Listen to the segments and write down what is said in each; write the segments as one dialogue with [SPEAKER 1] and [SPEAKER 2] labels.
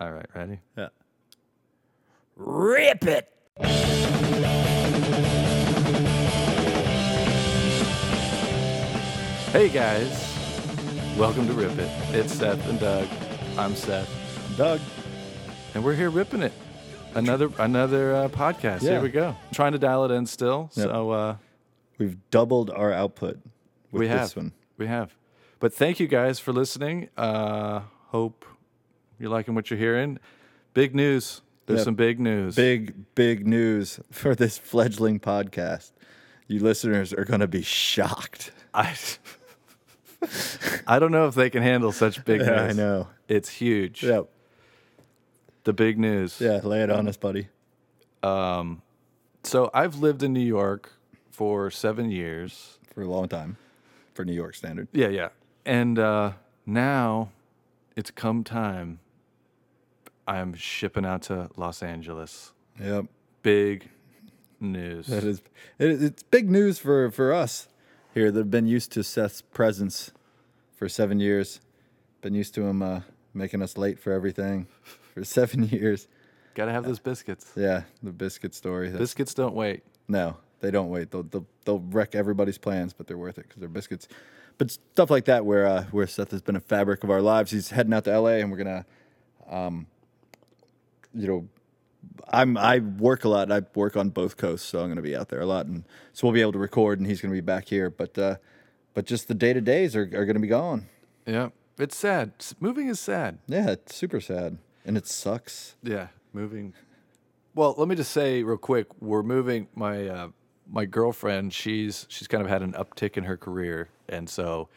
[SPEAKER 1] All right, ready?
[SPEAKER 2] Yeah.
[SPEAKER 1] Rip it. Hey guys, welcome to Rip It. It's Seth and Doug. I'm Seth,
[SPEAKER 2] Doug.
[SPEAKER 1] and we're here ripping it. Another another uh, podcast.
[SPEAKER 2] Yeah.
[SPEAKER 1] Here we go. trying to dial it in still. So uh,
[SPEAKER 2] We've doubled our output with
[SPEAKER 1] we have
[SPEAKER 2] this one.
[SPEAKER 1] we have. But thank you guys for listening. Uh, hope you're liking what you're hearing. Big news. There's
[SPEAKER 2] Yeah.
[SPEAKER 1] some big news.
[SPEAKER 2] Big, big news for this fledgling podcast. You listeners are going to be shocked.
[SPEAKER 1] I I don't know if they can handle such big
[SPEAKER 2] Yeah, I
[SPEAKER 1] news.
[SPEAKER 2] know.
[SPEAKER 1] It's huge.
[SPEAKER 2] Yeah.
[SPEAKER 1] The big news.
[SPEAKER 2] Yeah. Lay it on us, buddy.
[SPEAKER 1] So I've lived in New York for seven years.
[SPEAKER 2] For a long time, for New York standard.
[SPEAKER 1] Yeah, yeah. And uh, now it's come time. I'm shipping out to Los Angeles.
[SPEAKER 2] Yep.
[SPEAKER 1] Big news.
[SPEAKER 2] That is, it, is- it's big news for, for us here that have been used to Seth's presence for seven years, been used to him uh, making us late for everything for seven years.
[SPEAKER 1] Gotta have those biscuits.
[SPEAKER 2] Yeah, the biscuit story. That's-
[SPEAKER 1] Biscuits don't wait.
[SPEAKER 2] No, they don't wait. They'll they'll, they'll wreck everybody's plans, but they're worth it because they're biscuits. But stuff like that, where uh, where Seth has been a fabric of our lives. He's heading out to L.A. and we're gonna, um, you know, I'm I work a lot. I work on both coasts, so I'm gonna be out there a lot, and so we'll be able to record. And he's gonna be back here, but uh, but just the day to days are are gonna be gone.
[SPEAKER 1] Yeah. It's sad. S- Moving is sad.
[SPEAKER 2] Yeah, it's super sad, and it sucks.
[SPEAKER 1] Yeah, moving. Well, let me just say real quick, we're moving. My uh, my girlfriend, she's she's kind of had an uptick in her career, and so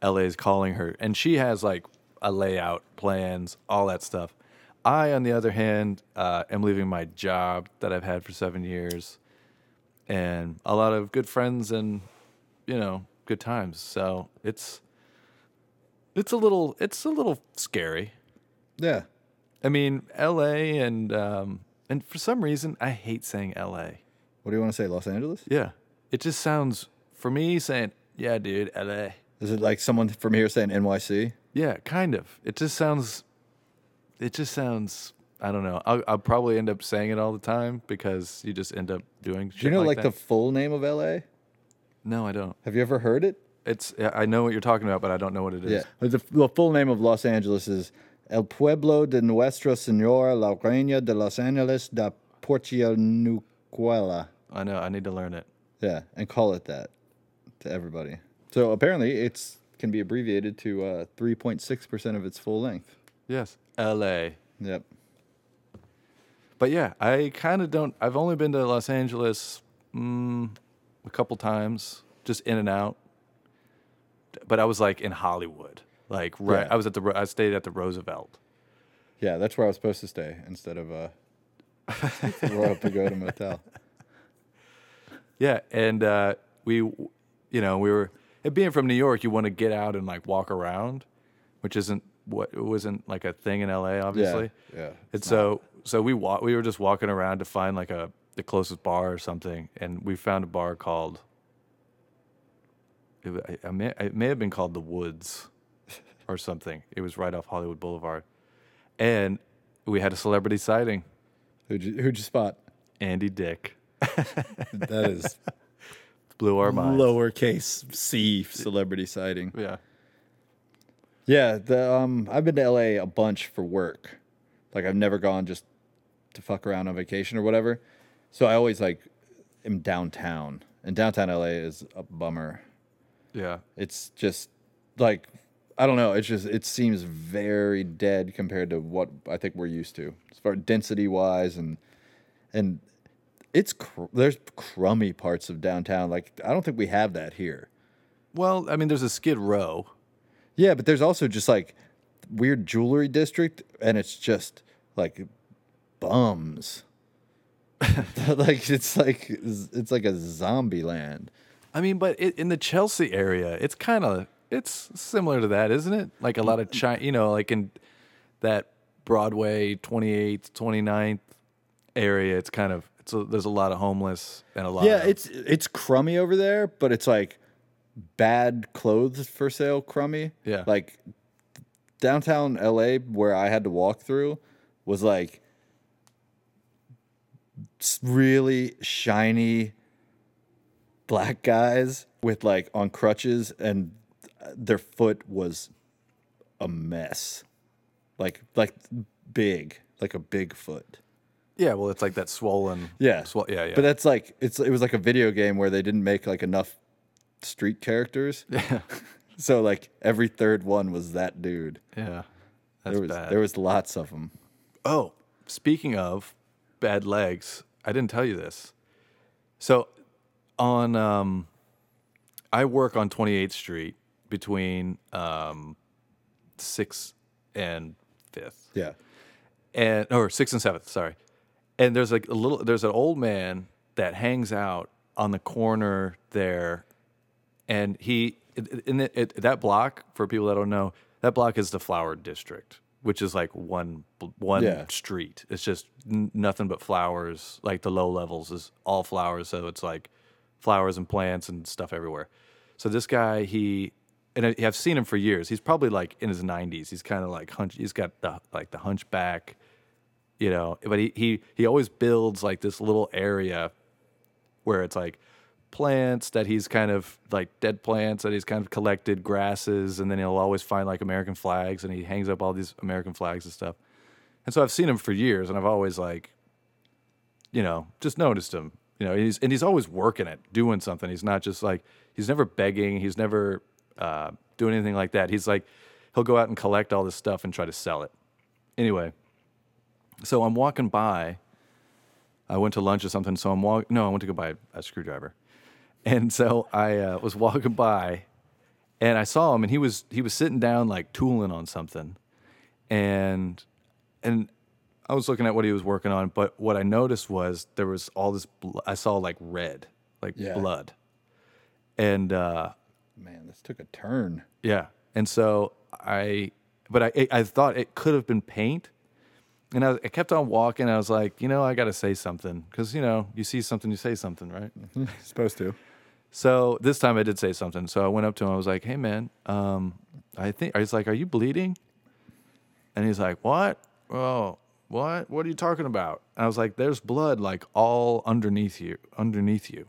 [SPEAKER 1] LA is calling her, and she has like a layout, plans, all that stuff. I, on the other hand, uh, am leaving my job that I've had for seven years, and a lot of good friends and you know good times. So it's it's a little it's a little scary.
[SPEAKER 2] Yeah,
[SPEAKER 1] I mean, L.A. and um, and for some reason, I hate saying L.A.
[SPEAKER 2] what do you want to say, Los Angeles?
[SPEAKER 1] Yeah, it just sounds for me saying yeah, dude, L.A.
[SPEAKER 2] Is it like someone from here saying N.Y.C.?
[SPEAKER 1] Yeah, kind of. It just sounds. It just sounds. I don't know. I'll, I'll probably end up saying it all the time because you just end up doing. Shit
[SPEAKER 2] Do you know like,
[SPEAKER 1] that.
[SPEAKER 2] the full name of L.A.?
[SPEAKER 1] no, I don't.
[SPEAKER 2] Have you ever heard it?
[SPEAKER 1] It's. I know what you're talking about, but I don't know what it is.
[SPEAKER 2] Yeah. The, the full name of Los Angeles is El Pueblo de Nuestra Señora La Reina de Los Angeles da Porcianucuela.
[SPEAKER 1] I know. I need to learn it.
[SPEAKER 2] Yeah, and call it that to everybody. So apparently, it's can be abbreviated to uh, 3.6% of its full length.
[SPEAKER 1] Yes, L.A.
[SPEAKER 2] Yep.
[SPEAKER 1] But yeah, I kind of don't. I've only been to Los Angeles mm, a couple times, just in and out. But I was like in Hollywood, like right.
[SPEAKER 2] Yeah.
[SPEAKER 1] I was at the. Ro- I stayed at the Roosevelt.
[SPEAKER 2] Yeah, that's where I was supposed to stay instead of uh, Royal Pagoda Motel.
[SPEAKER 1] Yeah, and uh, we, you know, we were. And being from New York, you want to get out and like walk around, which isn't what it wasn't like a thing in LA, obviously.
[SPEAKER 2] yeah,
[SPEAKER 1] And so, so we wa- We were just walking around to find like a the closest bar or something, and we found a bar called. It, wa- I, I may, it may have been called the Woods, or something. It was right off Hollywood Boulevard, and we had a celebrity sighting.
[SPEAKER 2] Who'd you, who'd you spot?
[SPEAKER 1] Andy Dick
[SPEAKER 2] That is
[SPEAKER 1] blew our minds.
[SPEAKER 2] lowercase c celebrity sighting.
[SPEAKER 1] Yeah.
[SPEAKER 2] Yeah, the um, I've been to LA a bunch for work. Like I've never gone just to fuck around on vacation or whatever. So I always like am downtown, and downtown LA is a bummer.
[SPEAKER 1] Yeah.
[SPEAKER 2] It's just like I don't know. It's just it seems very dead compared to what I think we're used to as far density wise, and and it's cr- there's crummy parts of downtown. Like I don't think we have that here.
[SPEAKER 1] Well, I mean, there's a Skid Row.
[SPEAKER 2] Yeah, but there's also just like weird jewelry district, and it's just like bums. like it's like it's like a zombie land.
[SPEAKER 1] I mean, but it, in the Chelsea area, it's kind of it's similar to that, isn't it? Like a
[SPEAKER 2] Mm,
[SPEAKER 1] lot of China, you know, like in that Broadway 28th, 29th area, it's kind of it's a, there's a lot of homeless and a lot.
[SPEAKER 2] Yeah,
[SPEAKER 1] of,
[SPEAKER 2] it's it's crummy over there, but it's like bad clothes for sale crummy.
[SPEAKER 1] Yeah.
[SPEAKER 2] Like downtown LA where I had to walk through was like s- really shiny black guys with like on crutches and uh, their foot was a mess. Like like big, like a big foot.
[SPEAKER 1] Yeah, well, it's like that swollen.
[SPEAKER 2] Yeah.
[SPEAKER 1] Swol- yeah, yeah.
[SPEAKER 2] But that's like it's it was like a video game where they didn't make like enough street characters.
[SPEAKER 1] yeah.
[SPEAKER 2] So like every third one was that dude.
[SPEAKER 1] Yeah. That's
[SPEAKER 2] There was
[SPEAKER 1] bad.
[SPEAKER 2] there was lots of them.
[SPEAKER 1] Oh, speaking of bad legs, I didn't tell you this. So, on um, I work on 28th Street between um, six and fifth,
[SPEAKER 2] Yeah.
[SPEAKER 1] and or six and seventh. Sorry, and there's like a little. There's an old man that hangs out on the corner there, and he in the, it, that block. For people that don't know, that block is the flower district, which is like one bl- one
[SPEAKER 2] Yeah.
[SPEAKER 1] street. It's just n- nothing but flowers. Like the low levels is all flowers, so it's like flowers and plants and stuff everywhere. So this guy, he and I- I've seen him for years. He's probably like in his 90s. He's kind of like hunch. He's got the like the hunchback, you know. But he he he always builds like this little area where it's like plants that he's kind of like dead plants that he's kind of collected, grasses, and then he'll always find like American flags and he hangs up all these American flags and stuff. And so I've seen him for years and I've always like, you know, just noticed him. You know, he's and he's always working it, doing something. He's not just like he's never begging, he's never uh, doing anything like that. He's like he'll go out and collect all this stuff and try to sell it. Anyway, so I'm walking by I went to lunch or something, so I'm walk. No, I went to go buy a screwdriver, and so I uh, was walking by, and I saw him, and he was he was sitting down like tooling on something, and and I was looking at what he was working on, but what I noticed was there was all this. Bl- I saw like red, like
[SPEAKER 2] Yeah.
[SPEAKER 1] blood, and uh,
[SPEAKER 2] Man, this took a turn.
[SPEAKER 1] yeah. And so I, but I, I- I thought it could have been paint. And I, I kept on walking. I was like, you know, I got to say something because, you know, you see something, you say something, right?
[SPEAKER 2] Supposed to.
[SPEAKER 1] So this time I did say something. So I went up to him. I was like, hey, man, um, I think, I was like, are you bleeding? And he's like, what? Oh, what? What are you talking about? And I was like, there's blood like all underneath you, underneath you.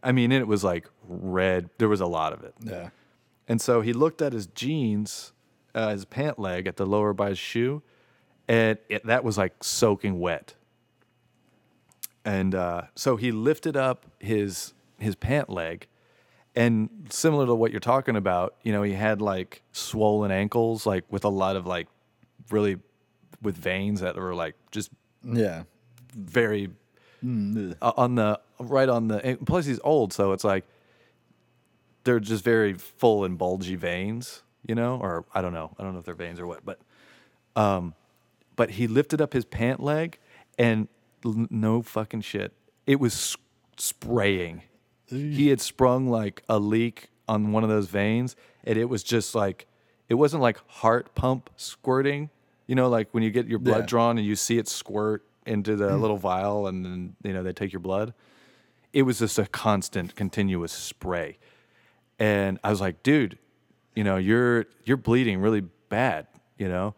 [SPEAKER 1] I mean, it was like red. There was a lot of it.
[SPEAKER 2] Yeah.
[SPEAKER 1] And so he looked at his jeans, uh, his pant leg at the lower by his shoe, and it, that was like soaking wet. And uh, so he lifted up his his pant leg, and similar to what you're talking about, you know, he had like swollen ankles, like with a lot of like really with veins that were like just
[SPEAKER 2] Yeah.
[SPEAKER 1] very uh, on the right on the and plus he's old so it's like they're just very full and bulgy veins you know or i don't know i don't know if they're veins or what but um but he lifted up his pant leg and l- no fucking shit it was s- spraying he had sprung like a leak on one of those veins and it was just like it wasn't like heart pump squirting you know like when you get your blood
[SPEAKER 2] Yeah.
[SPEAKER 1] drawn and you see it squirt into the little vial and then you know they take your blood it was just a constant continuous spray and i was like dude you know you're you're bleeding really bad you know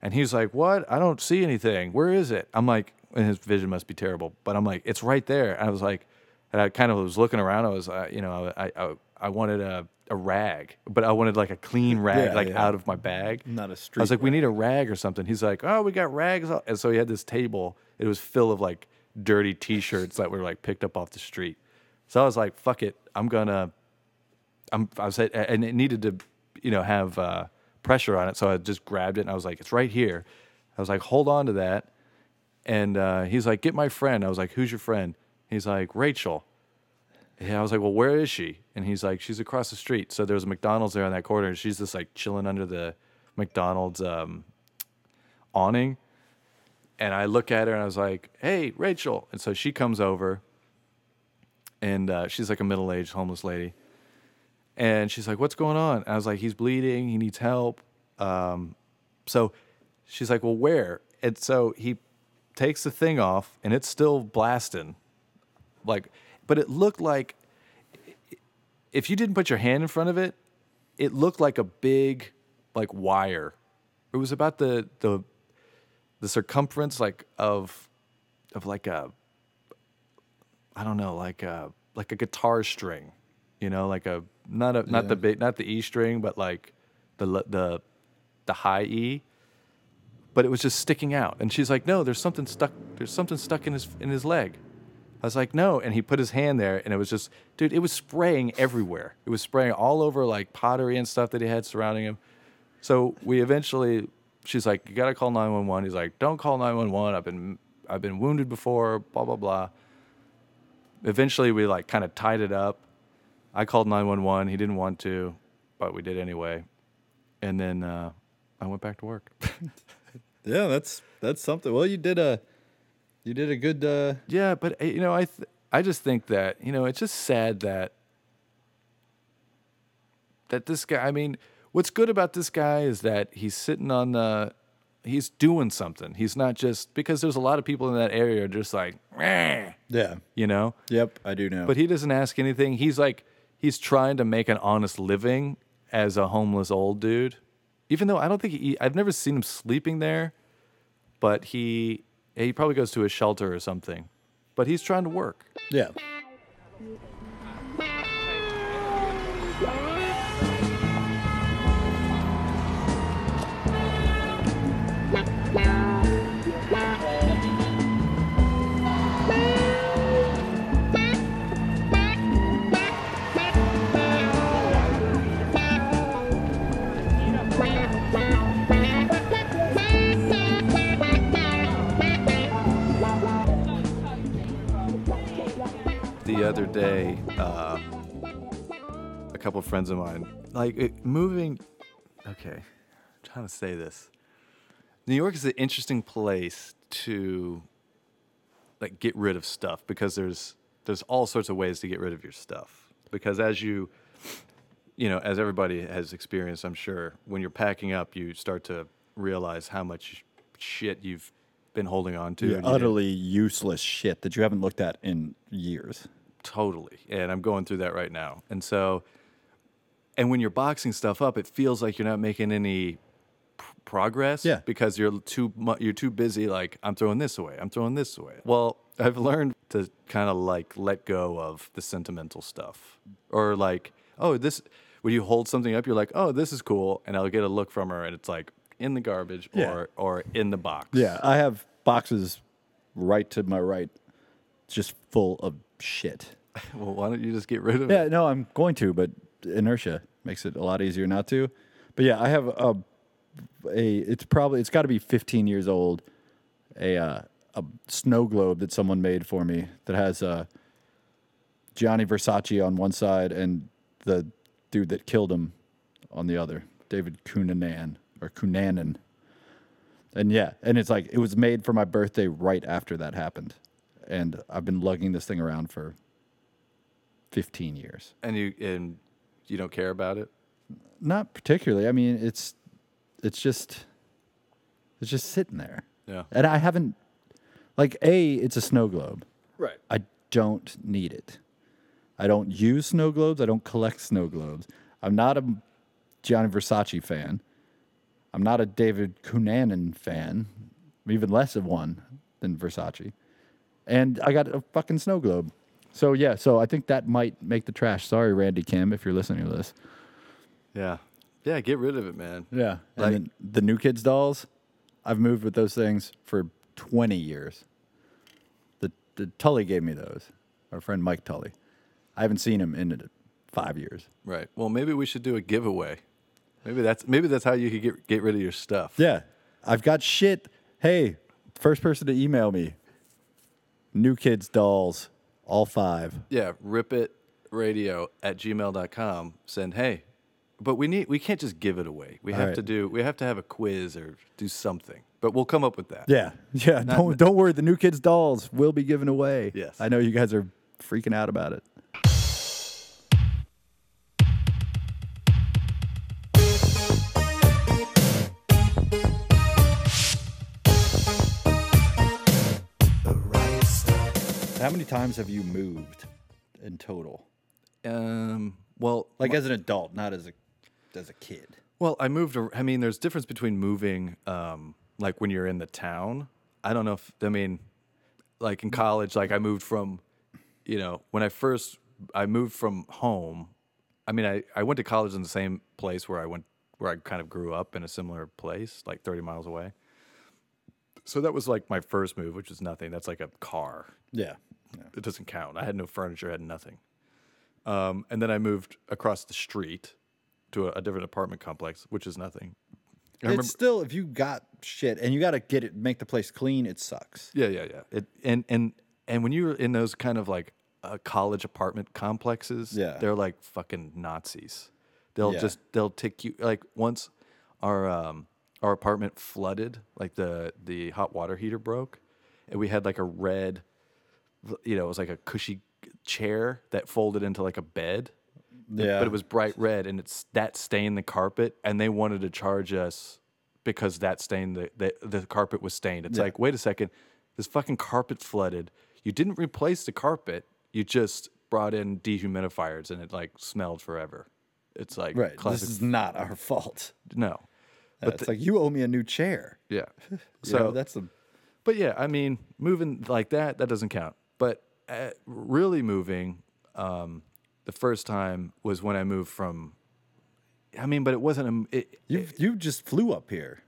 [SPEAKER 1] and he's like what i don't see anything where is it i'm like and his vision must be terrible but i'm like it's right there and i was like and i kind of was looking around i was uh, you know i i, I wanted a, a rag but i wanted like a clean rag
[SPEAKER 2] Yeah,
[SPEAKER 1] like
[SPEAKER 2] yeah.
[SPEAKER 1] out of my bag
[SPEAKER 2] Not
[SPEAKER 1] I
[SPEAKER 2] a
[SPEAKER 1] was
[SPEAKER 2] street
[SPEAKER 1] like, we need a rag or something. He's like, oh, we got rags. And so he had this table. It was full of like dirty T-shirts that were like picked up off the street. So I was like, fuck it, I'm gonna. I'm. I was and it needed to, you know, have uh, pressure on it. So I just grabbed it and I was like, it's right here. I was like, hold on to that. And uh, he's like, get my friend. I was like, who's your friend? He's like, Rachel. And I was like, well, where is she? And he's like, she's across the street. So there's a McDonald's there on that corner. And she's just like chilling under the McDonald's um, awning. And I look at her and I was like, hey, Rachel. And so she comes over and uh, she's like a middle aged homeless lady. And she's like, what's going on? And I was like, he's bleeding. He needs help. Um, so she's like, well, where? And so he takes the thing off and it's still blasting like but it looked like if you didn't put your hand in front of it it looked like a big like wire it was about the the the circumference like of of like a I don't know, like a like a guitar string, you know, like a not a not the ba- not the E string, but like the le- the the high E. But it was just sticking out, and she's like, "No, there's something stuck. There's something stuck in his in his leg." I was like, "No," and he put his hand there, and it was just, dude, it was spraying everywhere. It was spraying all over like pottery and stuff that he had surrounding him. So we eventually, she's like, "You gotta call 911." He's like, "Don't call 911. I've been I've been wounded before. Blah blah blah." eventually we like kind of tied it up. I called 911. He didn't want to, but we did anyway. And then uh, I went back to work.
[SPEAKER 2] Yeah, that's that's something. Well, you did a you did a good uh
[SPEAKER 1] yeah, but uh, you know, I th- I just think that you know it's just sad that that this guy. I mean, what's good about this guy is that he's sitting on the. He's doing something. He's not just because there's a lot of people in that area are just like, "Meh,"
[SPEAKER 2] Yeah.
[SPEAKER 1] you know.
[SPEAKER 2] Yep, I do know.
[SPEAKER 1] but he doesn't ask anything. He's like, he's trying to make an honest living as a homeless old dude. Even though I don't think he, I've never seen him sleeping there, but he he probably goes to a shelter or something. But he's trying to work.
[SPEAKER 2] yeah.
[SPEAKER 1] The other day, uh, a couple of friends of mine, like it, moving. Okay, I'm trying to say this. New York is an interesting place to like get rid of stuff because there's there's all sorts of ways to get rid of your stuff because as you you know as everybody has experienced i'm sure when you're packing up you start to realize how much shit you've been holding on to and you didn't-
[SPEAKER 2] utterly useless shit that you haven't looked at in years.
[SPEAKER 1] totally and i'm going through that right now and so and when you're boxing stuff up it feels like you're not making any p- progress
[SPEAKER 2] Yeah.
[SPEAKER 1] because you're too mu- you're too busy like i'm throwing this away i'm throwing this away well i've learned to kind of like let go of the sentimental stuff or like oh this when you hold something up you're like oh this is cool and i'll get a look from her and it's like in the garbage
[SPEAKER 2] Yeah.
[SPEAKER 1] or or in the box
[SPEAKER 2] Yeah, I have boxes right to my right just full of shit.
[SPEAKER 1] well why don't you just get rid of it
[SPEAKER 2] Yeah, no, I'm going to, but inertia makes it a lot easier not to. But yeah, I have a, a it's probably it's got to be 15 years old, a uh, a snow globe that someone made for me that has uh, Gianni Versace on one side and the dude that killed him on the other, David Cunanan or Cunanan. And yeah, and it's like it was made for my birthday right after that happened. And I've been lugging this thing around for 15 years.
[SPEAKER 1] and you and you don't care about it
[SPEAKER 2] Not particularly. I mean, it's it's just it's just sitting there.
[SPEAKER 1] Yeah.
[SPEAKER 2] And I haven't like a it's a snow globe.
[SPEAKER 1] right
[SPEAKER 2] I don't need it. I don't use snow globes. I don't collect snow globes. I'm not a Gianni Versace fan. I'm not a David Cunanan fan. I'm even less of one than Versace. And I got a fucking snow globe. So yeah, so I think that might make the trash. Sorry, Randy Kim, if you're listening to this.
[SPEAKER 1] Yeah. Yeah, get rid of it, man.
[SPEAKER 2] Yeah. And
[SPEAKER 1] Like-
[SPEAKER 2] then the new kids dolls, I've moved with those things for 20 years. The, the Tully gave me those. Our friend Mike Tully. I haven't seen him in five years.
[SPEAKER 1] Right. Well, maybe we should do a giveaway. Maybe that's maybe that's how you could get get rid of your stuff.
[SPEAKER 2] Yeah. I've got shit. Hey, first person to email me. New kids dolls, all five.
[SPEAKER 1] Yeah, rip it radio at gmail.com. Send hey. But we need we can't just give it away. We have
[SPEAKER 2] right.
[SPEAKER 1] to do we have to have a quiz or do something. But we'll come up with that.
[SPEAKER 2] Yeah. Yeah. Don't don't worry, the new kids dolls will be given away.
[SPEAKER 1] Yes.
[SPEAKER 2] I know you guys are freaking out about it. How many times have you moved in total?
[SPEAKER 1] Um well
[SPEAKER 2] Like as an adult, not as a as a kid.
[SPEAKER 1] well, I moved ar- I mean there's difference between moving um like when you're in the town. I don't know if I mean, like in college, like I moved from, you know, when I first I moved from home. I mean, I I went to college in the same place where I went where I kind of grew up in a similar place, like 30 miles away. So that was like my first move, which was nothing. That's like a car
[SPEAKER 2] Yeah.
[SPEAKER 1] it doesn't count. I had no furniture, I had nothing. Um, and then I moved across the street to a, a different apartment complex, which is nothing. I
[SPEAKER 2] it's
[SPEAKER 1] remember,
[SPEAKER 2] still if you got shit and you got to get it, make the place clean. It sucks.
[SPEAKER 1] yeah, yeah, yeah. It, and and and when you're in those kind of like uh, college apartment complexes,
[SPEAKER 2] Yeah.
[SPEAKER 1] they're like fucking Nazis. They'll
[SPEAKER 2] Yeah.
[SPEAKER 1] just they'll take you like once our um, our apartment flooded, like the the hot water heater broke, and we had like a red you know, it was like a cushy chair that folded into like a bed. th-
[SPEAKER 2] Yeah.
[SPEAKER 1] But it was bright red and it's that stained the carpet and they wanted to charge us because that stained the the, the carpet was stained. It's like, wait a second, this fucking carpet flooded. You didn't replace the carpet. You just brought in dehumidifiers and it like smelled forever. It's like
[SPEAKER 2] Right.
[SPEAKER 1] classic
[SPEAKER 2] This is not our fault.
[SPEAKER 1] no.
[SPEAKER 2] But it's like you owe me a new chair.
[SPEAKER 1] Yeah.
[SPEAKER 2] So
[SPEAKER 1] So
[SPEAKER 2] that's the
[SPEAKER 1] But yeah, I mean, moving like that, that doesn't count. But uh, really moving um, the first time was when I moved from, I mean, but it wasn't a, it,
[SPEAKER 2] you. You just flew up here.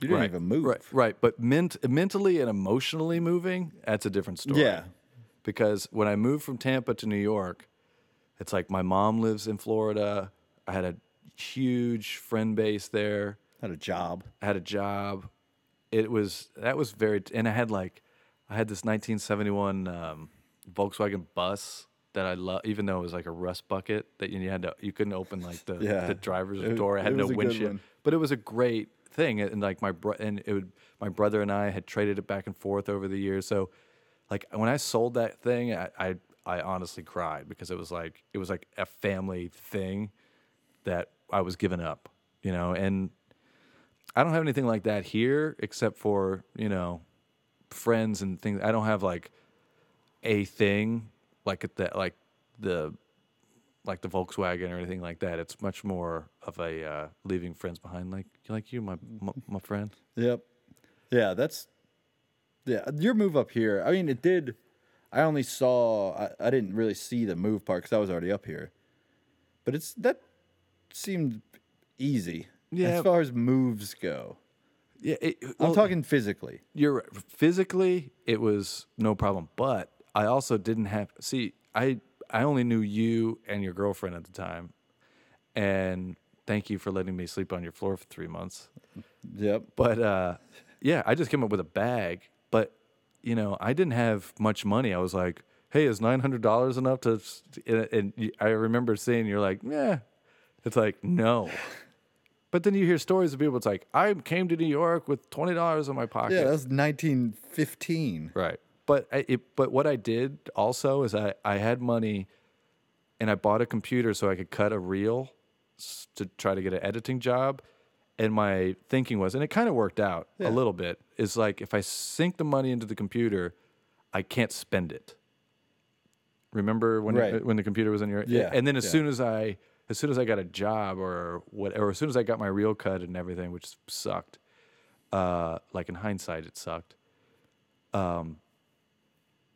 [SPEAKER 2] You didn't
[SPEAKER 1] right,
[SPEAKER 2] even move.
[SPEAKER 1] Right, right. But ment- mentally and emotionally moving, that's a different story.
[SPEAKER 2] Yeah.
[SPEAKER 1] Because when I moved from Tampa to New York, it's like my mom lives in Florida. I had a huge friend base there.
[SPEAKER 2] Had a job.
[SPEAKER 1] I had a job. It was that was very, and I had like, I had this 1971 um, Volkswagen bus that I love, even though it was like a rust bucket that you had to, you couldn't open like the,
[SPEAKER 2] Yeah.
[SPEAKER 1] the driver's
[SPEAKER 2] It-
[SPEAKER 1] door. I had
[SPEAKER 2] it
[SPEAKER 1] no
[SPEAKER 2] was a good
[SPEAKER 1] windshield,
[SPEAKER 2] one.
[SPEAKER 1] but it was a great thing. And like my bro, and it would, my brother and I had traded it back and forth over the years. So, like when I sold that thing, I, I, I honestly cried because it was like it was like a family thing that I was giving up, you know, and I don't have anything like that here except for, you know, friends and things. I don't have like a thing like at the like the like the Volkswagen or anything like that. It's much more of a uh, leaving friends behind like like you my my, my friend.
[SPEAKER 2] Yep. Yeah, that's yeah. Your move up here. I mean, it did. I only saw. I, I didn't really see the move part because I was already up here. But it's that seemed easy
[SPEAKER 1] Yeah.
[SPEAKER 2] as far as moves go.
[SPEAKER 1] Yeah, it,
[SPEAKER 2] I'm talking physically.
[SPEAKER 1] Oh, you're right. physically it was no problem but i also didn't have see i i only knew you and your girlfriend at the time and thank you for letting me sleep on your floor for three months
[SPEAKER 2] Yep.
[SPEAKER 1] but uh yeah i just came up with a bag but you know i didn't have much money i was like hey is $900 enough to s- and, and you- i remember seeing you're like yeah it's like no but then you hear stories of people it's like i came to new york with $20 in my pocket
[SPEAKER 2] Yeah, that was 1915.
[SPEAKER 1] Right. But I, it, but what I did also is I, I had money, and I bought a computer so I could cut a reel s- to try to get an editing job. And my thinking was, and it kind of worked out a little bit. Is like if I sink the money into the computer, I can't spend it. Remember when
[SPEAKER 2] Right.
[SPEAKER 1] when the computer was in your
[SPEAKER 2] Yeah,
[SPEAKER 1] And then as
[SPEAKER 2] yeah.
[SPEAKER 1] soon as I as soon as I got a job or whatever, as soon as I got my reel cut and everything, which sucked. Uh, like in hindsight, it sucked um,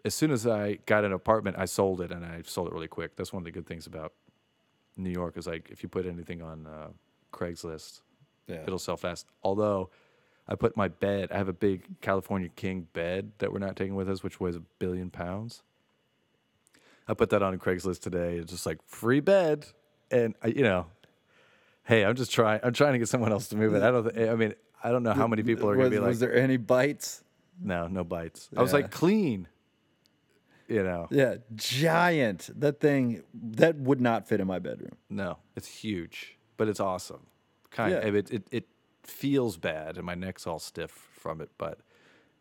[SPEAKER 1] as soon as I got an apartment, I sold it and I sold it really quick. That's one of the good things about New York is like if you put anything on uh, Craigslist,
[SPEAKER 2] Yeah.
[SPEAKER 1] it'll sell fast. Although I put my bed, I have a big California King bed that we're not taking with us, which weighs a billion pounds. I put that on Craigslist today. It's just like free bed, and I, you know, hey, I'm just trying. I'm trying to get someone else to move it. I don't. Th- I mean, I don't know how many people are going to
[SPEAKER 2] was,
[SPEAKER 1] be like.
[SPEAKER 2] was there any bites?
[SPEAKER 1] No, no bites. I was
[SPEAKER 2] Yeah.
[SPEAKER 1] like clean. You know,
[SPEAKER 2] Yeah, giant. That thing that would not fit in my bedroom.
[SPEAKER 1] no, it's huge, but it's awesome. Kind
[SPEAKER 2] Yeah.
[SPEAKER 1] of it, it it feels bad, and my neck's all stiff from it, but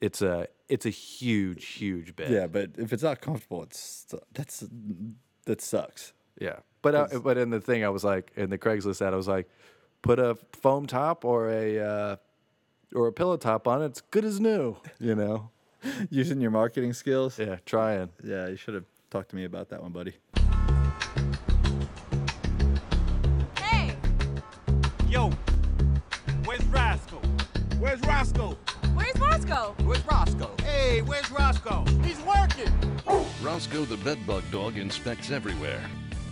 [SPEAKER 1] it's a it's a huge, huge bed.
[SPEAKER 2] Yeah, but if it's not comfortable, it's that's that sucks.
[SPEAKER 1] yeah. But I, but in the thing, I was like in the Craigslist ad, I was like, put a foam top or a uh, or a pillow top on it. It's good as new. You know.
[SPEAKER 2] Using your marketing skills.
[SPEAKER 1] Yeah, trying.
[SPEAKER 2] Yeah, you should have talked to me about that one, buddy.
[SPEAKER 3] Hey!
[SPEAKER 4] Yo, where's Rascal? Where's Rascal?
[SPEAKER 3] Roscoe?
[SPEAKER 4] Where's Roscoe?
[SPEAKER 5] Hey, where's Roscoe?
[SPEAKER 4] He's working.
[SPEAKER 6] Roscoe the bedbug dog inspects everywhere.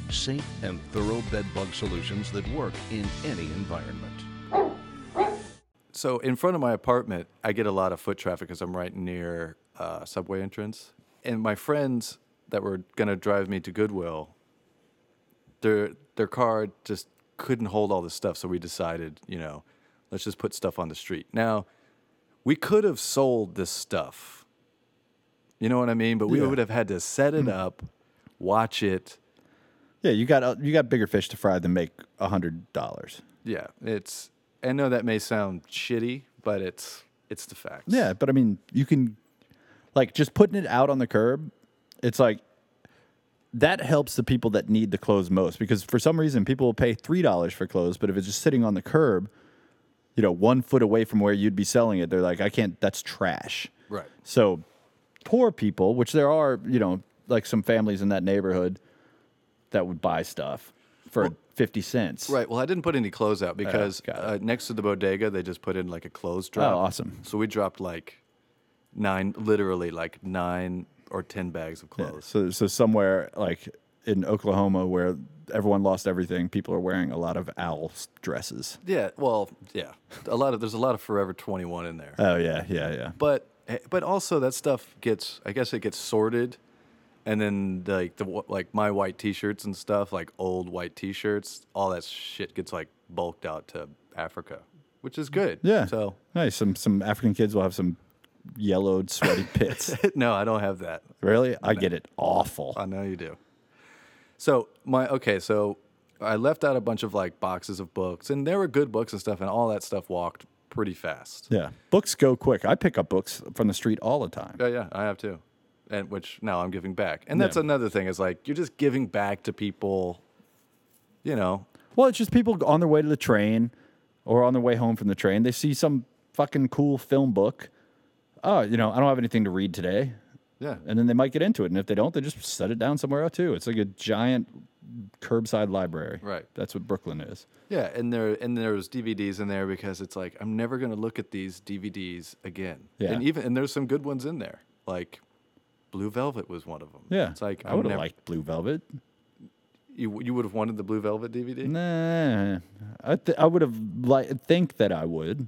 [SPEAKER 6] Safe and thorough bedbug solutions that work in any environment.
[SPEAKER 1] So in front of my apartment, I get a lot of foot traffic because I'm right near uh, subway entrance. And my friends that were gonna drive me to Goodwill, their their car just couldn't hold all this stuff. So we decided, you know, let's just put stuff on the street. Now, we could have sold this stuff. You know what I mean? But we would have had to set it up, watch it.
[SPEAKER 2] Yeah, you got uh, you got bigger fish to fry than make a hundred dollars.
[SPEAKER 1] Yeah, it's. I know that may sound shitty, but it's it's the facts.
[SPEAKER 2] Yeah, but I mean, you can like just putting it out on the curb. It's like that helps the people that need the clothes most because for some reason people will pay three dollars for clothes, but if it's just sitting on the curb, you know, one foot away from where you'd be selling it, they're like, I can't. That's trash.
[SPEAKER 1] Right.
[SPEAKER 2] So poor people, which there are, you know, like some families in that neighborhood that would buy stuff for fifty cents.
[SPEAKER 1] Right. Well, I didn't put any clothes out because
[SPEAKER 2] Oh, got it.
[SPEAKER 1] uh, next to the bodega, they just put in like a clothes drop.
[SPEAKER 2] Oh, awesome.
[SPEAKER 1] So we dropped like nine, literally like nine or 10 bags of
[SPEAKER 2] Yeah,
[SPEAKER 1] clothes.
[SPEAKER 2] So, so somewhere like in Oklahoma, where everyone lost everything, people are wearing a lot of owl s- dresses.
[SPEAKER 1] Yeah. well, yeah. A lot of, there's a lot of Forever 21 in there.
[SPEAKER 2] Oh yeah, yeah, yeah.
[SPEAKER 1] But, eh, but also that stuff gets, I guess it gets sorted. And then like the, wh- like my white t-shirts and stuff, like old white t-shirts, all that shit gets like bulked out to Africa, which is good.
[SPEAKER 2] Yeah.
[SPEAKER 1] So
[SPEAKER 2] nice. Some some African kids will have some yellowed, sweaty pits.
[SPEAKER 1] no, I don't have that.
[SPEAKER 2] really, I get it. Awful.
[SPEAKER 1] I know you do. So my okay, so I left out a bunch of like boxes of books, and there were good books and stuff, and all that stuff walked pretty fast.
[SPEAKER 2] yeah, books go quick. I pick up books from the street all the time.
[SPEAKER 1] Yeah, yeah, I have too, and which now I'm giving back, and that's
[SPEAKER 2] Yeah.
[SPEAKER 1] another thing is like you're just giving back to people, you know.
[SPEAKER 2] Well, it's just people on their way to the train or on their way home from the train. They see some fucking cool film book. Oh, you know, I don't have anything to read today.
[SPEAKER 1] Yeah,
[SPEAKER 2] and then they might get into it. And if they don't, they just set it down somewhere else too. It's like a giant curbside library.
[SPEAKER 1] Right.
[SPEAKER 2] That's what Brooklyn is.
[SPEAKER 1] yeah, and there and there's DVDs in there because it's like I'm never gonna look at these DVDs again.
[SPEAKER 2] Yeah.
[SPEAKER 1] and even and there's some good ones in there, like Blue Velvet was one of them.
[SPEAKER 2] Yeah.
[SPEAKER 1] it's like
[SPEAKER 2] I
[SPEAKER 1] I'm
[SPEAKER 2] would have
[SPEAKER 1] never-
[SPEAKER 2] liked Blue Velvet.
[SPEAKER 1] you. You would have wanted the Blue Velvet DVD.
[SPEAKER 2] Nah, I th- I would have li- think that I would.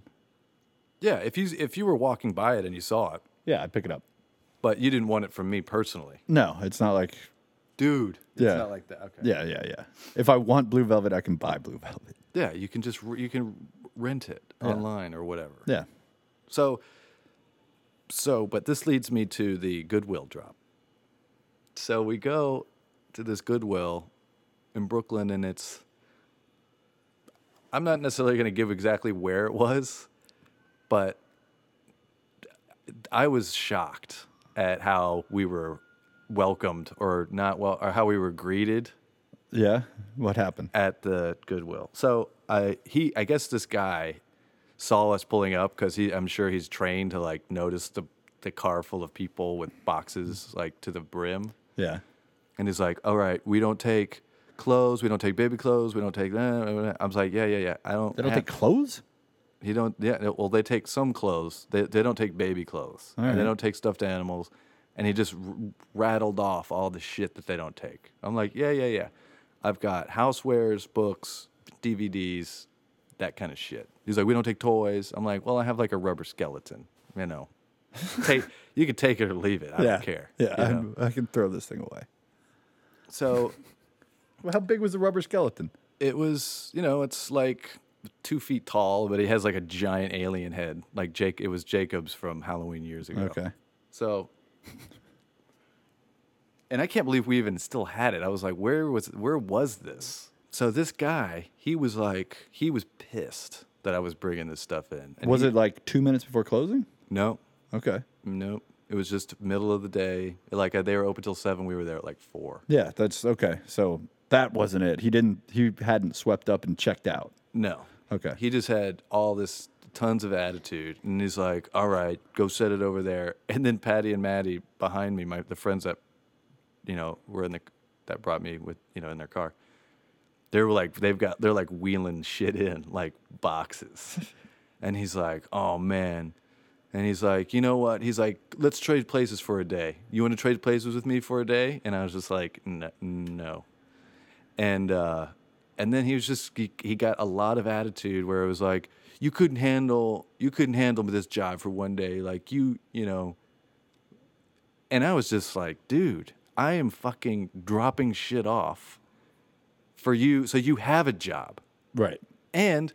[SPEAKER 1] Yeah, if you if you were walking by it and you saw it,
[SPEAKER 2] Yeah, I'd pick it up.
[SPEAKER 1] but you didn't want it from me personally,
[SPEAKER 2] No, it's not like.
[SPEAKER 1] dude.
[SPEAKER 2] Yeah.
[SPEAKER 1] it's not like that. Okay.
[SPEAKER 2] Yeah, yeah, yeah. If I want Blue Velvet, I can buy Blue Velvet.
[SPEAKER 1] Yeah, you can just re- you can rent it online or whatever.
[SPEAKER 2] Yeah.
[SPEAKER 1] So, so but this leads me to the Goodwill drop. So we go to this Goodwill in Brooklyn, and it's. I'm not necessarily going to give exactly where it was, but I was shocked at how we were welcomed or not well, or how we were greeted
[SPEAKER 2] Yeah. What happened?
[SPEAKER 1] at the Goodwill. So I he I guess this guy saw us pulling up because he I'm sure he's trained to like notice the the car full of people with boxes like to the brim,
[SPEAKER 2] Yeah.
[SPEAKER 1] and he's like, "All right, we don't take clothes, we don't take baby clothes, we don't take." That. I'm like, "Yeah, yeah, yeah. I don't.
[SPEAKER 2] They don't
[SPEAKER 1] have-
[SPEAKER 2] take clothes.
[SPEAKER 1] He don't. Yeah. no, Well, they take some clothes. They they don't take baby clothes. And they
[SPEAKER 2] right.
[SPEAKER 1] don't take stuffed animals. And he just r- rattled off all the shit that they don't take. I'm like, yeah, yeah, yeah. I've got housewares, books, DVDs, that kind of shit. He's like, we don't take toys. I'm like, well, I have like a rubber skeleton. You know, take you could take it or leave it. I
[SPEAKER 2] yeah.
[SPEAKER 1] don't care.
[SPEAKER 2] Yeah.
[SPEAKER 1] you know?
[SPEAKER 2] I'm- I can throw this thing away.
[SPEAKER 1] So
[SPEAKER 2] Well, how big was the rubber skeleton?
[SPEAKER 1] it was, you know, it's like two feet tall, but he has like a giant alien head, like Jake. It was Jacob's from Halloween years ago.
[SPEAKER 2] Okay.
[SPEAKER 1] So, and I can't believe we even still had it. I was like, where was where was this? So this guy, he was like, he was pissed that I was bringing this stuff in. And
[SPEAKER 2] Was
[SPEAKER 1] he-
[SPEAKER 2] it like two minutes before closing?
[SPEAKER 1] No,
[SPEAKER 2] Okay.
[SPEAKER 1] no. It was just middle of the day. Like uh, they were open till seven. We were there at like four.
[SPEAKER 2] Yeah, that's okay. So that wasn't it. He didn't. He hadn't swept up and checked out.
[SPEAKER 1] No.
[SPEAKER 2] Okay.
[SPEAKER 1] He just had all this tons of attitude, and he's like, "All right, go set it over there." And then Patty and Maddie behind me, my the friends that you know were in the that brought me with you know in their car, they were like they've got they're like wheeling shit in like boxes, and he's like, "Oh man." And he's like, you know what? He's like, let's trade places for a day. You want to trade places with me for a day? And I was just like, "N- no. And uh, and then he was just he, he got a lot of attitude where it was like, you couldn't handle you couldn't handle this job for one day. Like you you know. And I was just like, dude, I am fucking dropping shit off for you, so you have a job
[SPEAKER 2] Right.
[SPEAKER 1] and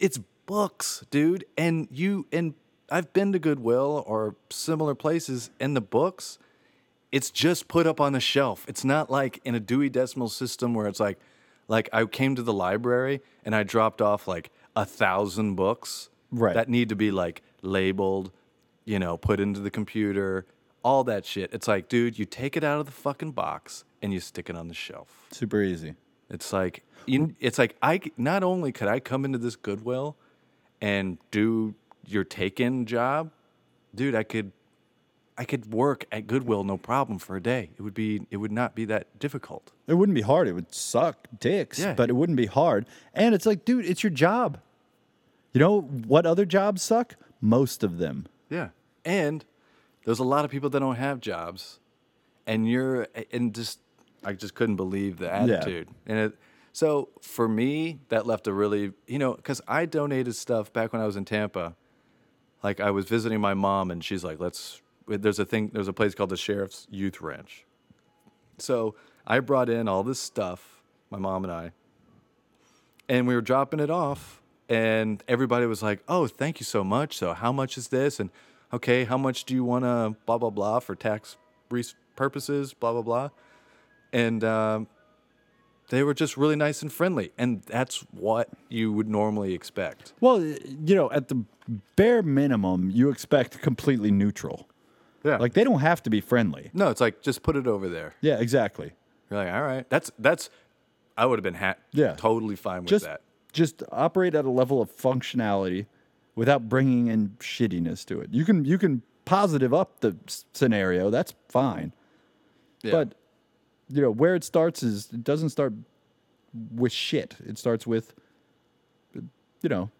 [SPEAKER 1] it's books, dude. And you and I've been to Goodwill or similar places, and the books, it's just put up on a shelf. It's not like in a Dewey Decimal System where it's like, like I came to the library and I dropped off like a thousand books
[SPEAKER 2] Right.
[SPEAKER 1] that need to be like labeled, you know, put into the computer, all that shit. It's like, dude, you take it out of the fucking box and you stick it on the shelf.
[SPEAKER 2] Super easy.
[SPEAKER 1] It's like you, it's like I c- not only could I come into this Goodwill and do your take-in job, dude, I could I could work at Goodwill no problem for a day. It would be it would not be that difficult.
[SPEAKER 2] It wouldn't be hard. It would suck dicks,
[SPEAKER 1] Yeah.
[SPEAKER 2] but it wouldn't be hard. And it's like, dude, it's your job. You know what other jobs suck? Most of them.
[SPEAKER 1] Yeah. And there's a lot of people that don't have jobs and you're and just I just couldn't believe the attitude. And it so for me that left a really, you know, cuz I donated stuff back when I was in Tampa. Like I was visiting my mom and she's like, "Let's there's a thing there's a place called the Sheriff's Youth Ranch." So, I brought in all this stuff, my mom and I, and we were dropping it off and everybody was like oh thank you so much so how much is this and okay how much do you want to blah blah blah for tax res- purposes blah blah blah and um, they were just really nice and friendly and that's what you would normally expect
[SPEAKER 2] Well, you know, at the bare minimum, you expect completely neutral.
[SPEAKER 1] yeah
[SPEAKER 2] Like they don't have to be friendly.
[SPEAKER 1] no it's like just put it over there
[SPEAKER 2] Yeah, exactly.
[SPEAKER 1] you're like all right that's that's i would have been ha-
[SPEAKER 2] Yeah.
[SPEAKER 1] totally fine with
[SPEAKER 2] Just
[SPEAKER 1] that
[SPEAKER 2] just operate at a level of functionality without bringing in shittiness to it. You can you can positive up the s- scenario. That's fine.
[SPEAKER 1] yeah.
[SPEAKER 2] But you know where it starts is it doesn't start with shit. It starts with you know,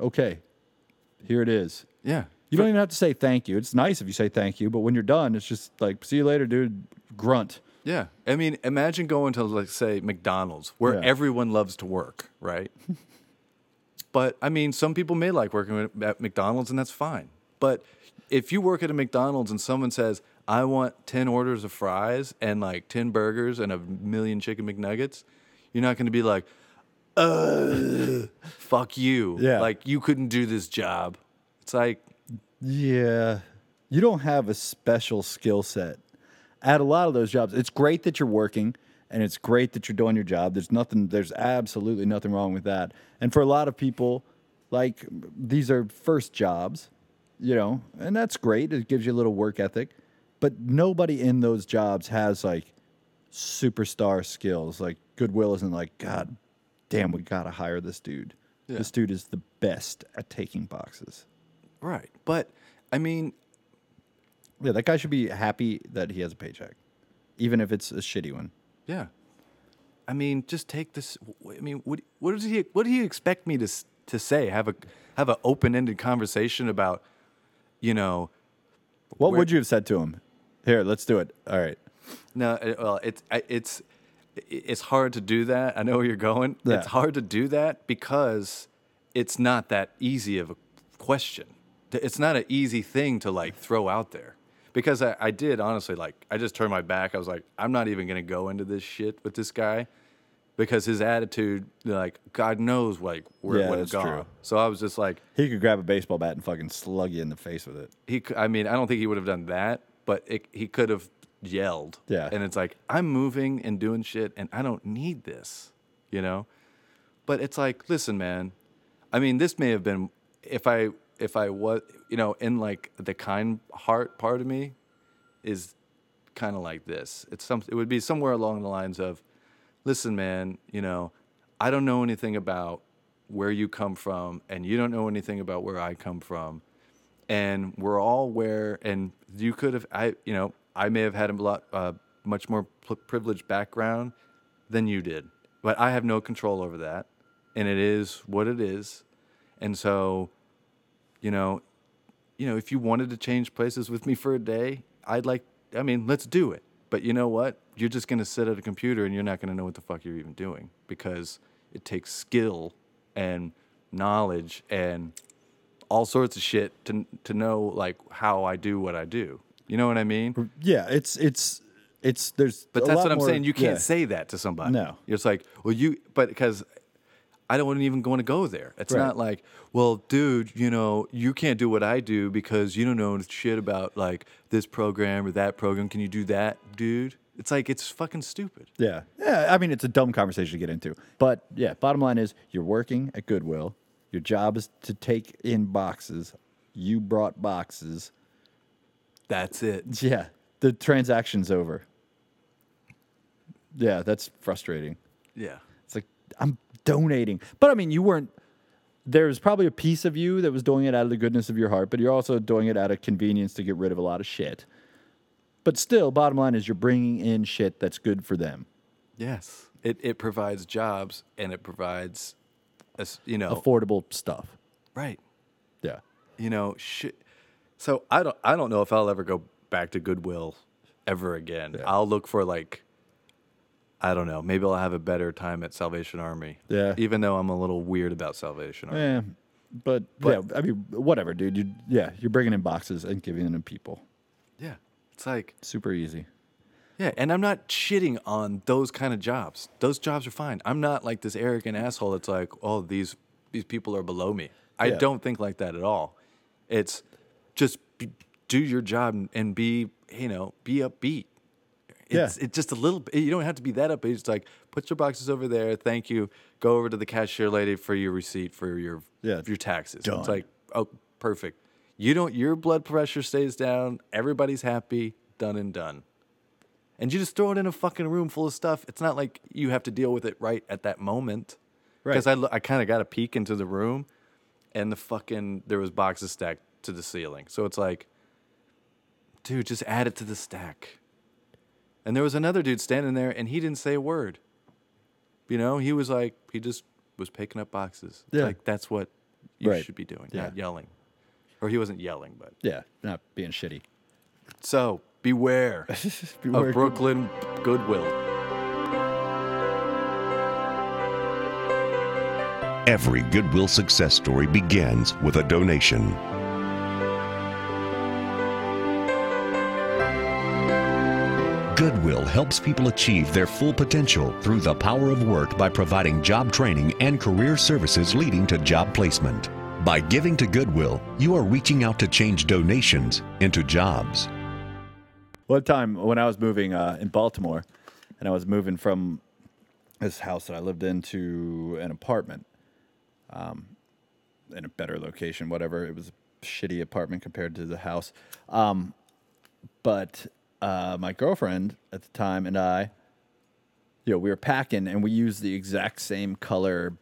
[SPEAKER 2] okay, here it is.
[SPEAKER 1] yeah
[SPEAKER 2] You don't even have to say thank you. It's nice if you say thank you, but when you're done, it's just like see you later, dude. Grunt.
[SPEAKER 1] Yeah. I mean, imagine going to, like, say, McDonald's, where
[SPEAKER 2] Yeah.
[SPEAKER 1] everyone loves to work, right? but I mean, some people may like working at- at McDonald's, and that's fine. But if you work at a McDonald's and someone says, I want 10 orders of fries and like 10 burgers and a million chicken McNuggets, you're not going to be like, Ugh, fuck you.
[SPEAKER 2] Yeah.
[SPEAKER 1] Like, you couldn't do this job. It's like,
[SPEAKER 2] Yeah. You don't have a special skill set at a lot of those jobs. It's great that you're working and it's great that you're doing your job. There's nothing, there's absolutely nothing wrong with that. And for a lot of people, like these are first jobs, you know, and that's great. It gives you a little work ethic. But nobody in those jobs has like superstar skills. Like Goodwill isn't like, God damn, we got to hire this dude. This dude is the best at taking boxes.
[SPEAKER 1] right. But I mean,
[SPEAKER 2] Yeah, that guy should be happy that he has a paycheck, even if it's a shitty one.
[SPEAKER 1] Yeah. I mean, just take this. w- I mean, what, what does he? What do you expect me to s- to say? Have a have an open ended conversation about, you know,
[SPEAKER 2] What
[SPEAKER 1] Where-
[SPEAKER 2] would you have said to him? Here, let's do it. All right.
[SPEAKER 1] no. uh, Well, it's I- it's i- it's hard to do that. I know where you're going.
[SPEAKER 2] Yeah.
[SPEAKER 1] It's hard to do that because it's not that easy of a question. Th- It's not an easy thing to like throw out there. Because I, I did honestly like I just turned my back. I was like, I'm not even gonna go into this shit with this guy. because his attitude, like God knows, like where
[SPEAKER 2] Yeah,
[SPEAKER 1] it would have
[SPEAKER 2] that's
[SPEAKER 1] gone.
[SPEAKER 2] true.
[SPEAKER 1] So I was just like,
[SPEAKER 2] He could grab a baseball bat and fucking slug you in the face with it.
[SPEAKER 1] he. c- I mean, I don't think he would have done that, but it, he could have yelled.
[SPEAKER 2] Yeah.
[SPEAKER 1] And it's like I'm moving and doing shit, and I don't need this, you know. But it's like, listen, man. I mean, this may have been if I if I was, you know, in like the kind heart part of me is kind of like this. It's some. It would be somewhere along the lines of, listen, man. You know, I don't know anything about where you come from, and you don't know anything about where I come from, and we're all where. And you could have. I. You know, I may have had a lot, uh, much more pl- privileged background than you did, but I have no control over that, and it is what it is, and so, you know, you know, if you wanted to change places with me for a day, I'd like, I mean, let's do it. But you know what? You're just going to sit at a computer and you're not going to know what the fuck you're even doing because it takes skill and knowledge and all sorts of shit to, to know like how I do what I do. You know what I mean?
[SPEAKER 2] Yeah, it's it's it's there's.
[SPEAKER 1] But
[SPEAKER 2] a
[SPEAKER 1] that's
[SPEAKER 2] lot
[SPEAKER 1] what I'm
[SPEAKER 2] more-
[SPEAKER 1] saying. You can't
[SPEAKER 2] yeah.
[SPEAKER 1] say that to somebody.
[SPEAKER 2] No.
[SPEAKER 1] It's like, well, you, but because I don't even want to go there. It's
[SPEAKER 2] Right.
[SPEAKER 1] not like, well, dude, you know, you can't do what I do because you don't know shit about like this program or that program. Can you do that, dude? It's like, it's fucking stupid.
[SPEAKER 2] Yeah. Yeah. I mean, it's a dumb conversation to get into. But yeah, bottom line is you're working at Goodwill. Your job is to take in boxes. You brought boxes.
[SPEAKER 1] That's it.
[SPEAKER 2] Yeah. The transaction's over. Yeah, that's frustrating.
[SPEAKER 1] Yeah.
[SPEAKER 2] It's like, I'm donating. But I mean, you weren't. There's probably a piece of you that was doing it out of the goodness of your heart, but you're also doing it out of convenience to get rid of a lot of shit. But still, bottom line is you're bringing in shit that's good for them.
[SPEAKER 1] Yes. It, it provides jobs and it provides, a s you
[SPEAKER 2] Oh.
[SPEAKER 1] know,
[SPEAKER 2] Affordable stuff.
[SPEAKER 1] right.
[SPEAKER 2] Yeah.
[SPEAKER 1] you know shit so i don't i don't know if i'll ever go back to goodwill ever again i'll look for like i don't know maybe i'll have a better time at salvation army
[SPEAKER 2] Yeah.
[SPEAKER 1] even though i'm a little weird about salvation army
[SPEAKER 2] Yeah, Eh, but, yeah, I mean, whatever, dude. You yeah, you're bringing in boxes and giving them to people.
[SPEAKER 1] yeah it's like
[SPEAKER 2] Super easy.
[SPEAKER 1] yeah and i'm not shitting on those kind of jobs those jobs are fine i'm not like this arrogant asshole that's like oh these these people are below me i
[SPEAKER 2] Yeah.
[SPEAKER 1] don't think like that at all it's just be, do your job and be you know be upbeat
[SPEAKER 2] Yeah.
[SPEAKER 1] It's, it's just a little bit. You don't have to be that up. It's like put your boxes over there. Thank you. Go over to the cashier lady for your receipt for your
[SPEAKER 2] Yeah.
[SPEAKER 1] your taxes.
[SPEAKER 2] Done.
[SPEAKER 1] It's like oh perfect. You don't. Your blood pressure stays down. Everybody's happy. Done and done. And you just throw it in a fucking room full of stuff. It's not like you have to deal with it right at that moment.
[SPEAKER 2] Right.
[SPEAKER 1] Because I lo- I kind of got a peek into the room, and the fucking there was boxes stacked to the ceiling. So it's like, dude, just add it to the stack. And there was another dude standing there, and he didn't say a word. You know, he was like, he just was picking up boxes. It's
[SPEAKER 2] Yeah.
[SPEAKER 1] Like that's what you
[SPEAKER 2] Right.
[SPEAKER 1] should be doing,
[SPEAKER 2] Yeah.
[SPEAKER 1] not yelling. Or he wasn't yelling, but
[SPEAKER 2] Yeah, not being shitty.
[SPEAKER 1] so beware
[SPEAKER 2] Beware.
[SPEAKER 1] of Brooklyn Goodwill.
[SPEAKER 3] Every Goodwill success story begins with a donation. Goodwill helps people achieve their full potential through the power of work by providing job training and career services leading to job placement. By giving to Goodwill, you are reaching out to change donations into jobs.
[SPEAKER 2] One time when I was moving uh, in Baltimore, and I was moving from this house that I lived in to an apartment, um, in a better location, whatever. It was a shitty apartment compared to the house. Um, but uh, my girlfriend at the time and I, you know, we were packing and we used the exact same color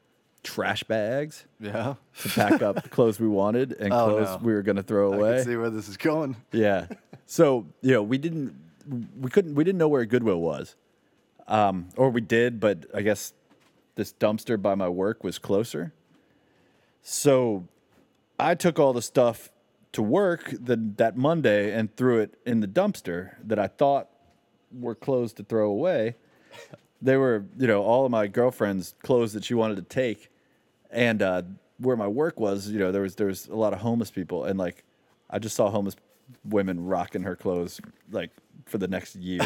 [SPEAKER 2] trash bags
[SPEAKER 1] Yeah.
[SPEAKER 2] to pack up clothes we wanted and
[SPEAKER 1] Oh,
[SPEAKER 2] clothes
[SPEAKER 1] no.
[SPEAKER 2] we were going to throw
[SPEAKER 1] I
[SPEAKER 2] away.
[SPEAKER 1] can see where this is going.
[SPEAKER 2] Yeah. So you know, we didn't, we couldn't, we didn't know where Goodwill was, um, or we did, but I guess this dumpster by my work was closer. So I took all the stuff to work the, that Monday and threw it in the dumpster that I thought were clothes to throw away. They were, you know, all of my girlfriend's clothes that she wanted to take, and uh, where my work was, you know, there was there was a lot of homeless people, and like I just saw homeless women rocking her clothes like for the next year.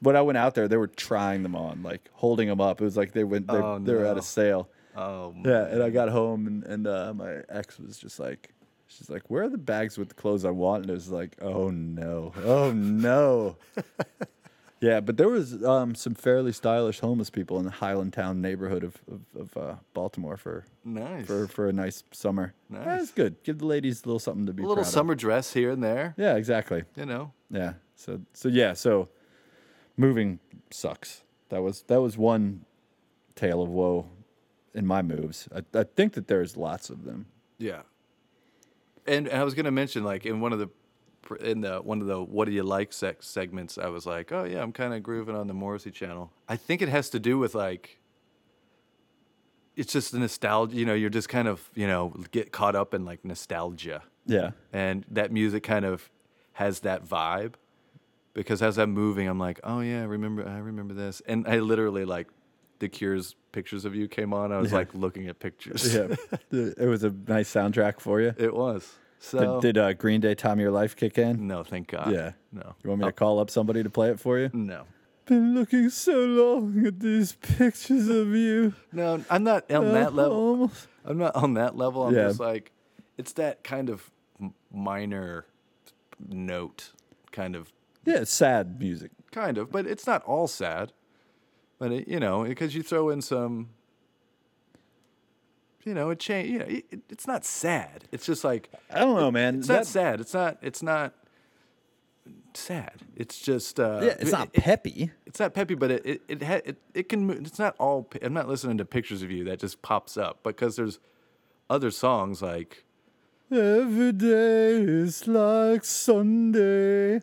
[SPEAKER 2] when I went out there, they were trying them on, like holding them up. It was like they went, they,
[SPEAKER 1] Oh,
[SPEAKER 2] they were at
[SPEAKER 1] no.
[SPEAKER 2] a sale.
[SPEAKER 1] Oh,
[SPEAKER 2] Yeah, and I got home and, and uh, my ex was just like, she's like, where are the bags with the clothes I want? And it was like, oh no, oh no. yeah, but there was um, some fairly stylish homeless people in the Highland Town neighborhood of, of, of uh, Baltimore for
[SPEAKER 1] nice.
[SPEAKER 2] for for a nice summer.
[SPEAKER 1] Nice.
[SPEAKER 2] That's good. Give the ladies a little something to be
[SPEAKER 1] a little
[SPEAKER 2] proud of.
[SPEAKER 1] summer dress here and there.
[SPEAKER 2] Yeah, exactly.
[SPEAKER 1] You know,
[SPEAKER 2] Yeah. So so yeah, so moving sucks. That was that was one tale of woe in my moves. I, I think that there's lots of them.
[SPEAKER 1] Yeah. And, and I was gonna mention like in one of the pr- in the one of the what do you like sex segments, I was like, oh yeah, I'm kind of grooving on the Morrissey channel. I think it has to do with like. It's just the nostalgia, you know. You're just kind of, you know, get caught up in like nostalgia,
[SPEAKER 2] Yeah.
[SPEAKER 1] and that music kind of has that vibe because as I'm moving, I'm like, oh yeah, I remember, I remember this, and I literally like the Cure's pictures of you came on. I was like looking at pictures.
[SPEAKER 2] Yeah. it was a nice soundtrack for you.
[SPEAKER 1] it was.
[SPEAKER 2] Did-
[SPEAKER 1] So
[SPEAKER 2] Did, uh, Green Day Time Your Life kick in?
[SPEAKER 1] no, thank God.
[SPEAKER 2] Yeah.
[SPEAKER 1] no, Oh,
[SPEAKER 2] You want me to call up somebody to play it for you?
[SPEAKER 1] no,
[SPEAKER 2] Been looking so long at these pictures of you.
[SPEAKER 1] no. I'm not on that level.
[SPEAKER 2] Almost.
[SPEAKER 1] I'm not on that level. I'm
[SPEAKER 2] Yeah.
[SPEAKER 1] just like, it's that kind of m- minor note, kind of,
[SPEAKER 2] Yeah, it's sad music.
[SPEAKER 1] kind of, but it's not all sad. But it, you know, because you throw in some, you know, it change. You know, it, it- it's not sad. It's just like
[SPEAKER 2] I don't know, man.
[SPEAKER 1] it's
[SPEAKER 2] That-
[SPEAKER 1] not sad. It's not. It's not sad. It's just. Uh,
[SPEAKER 2] Yeah, it's
[SPEAKER 1] it-
[SPEAKER 2] not peppy.
[SPEAKER 1] it's not peppy, but it it it, ha- it, it can. mo- It's not all. pi- I'm not listening to pictures of you that just pops up because there's other songs like
[SPEAKER 2] Every day is like Sunday.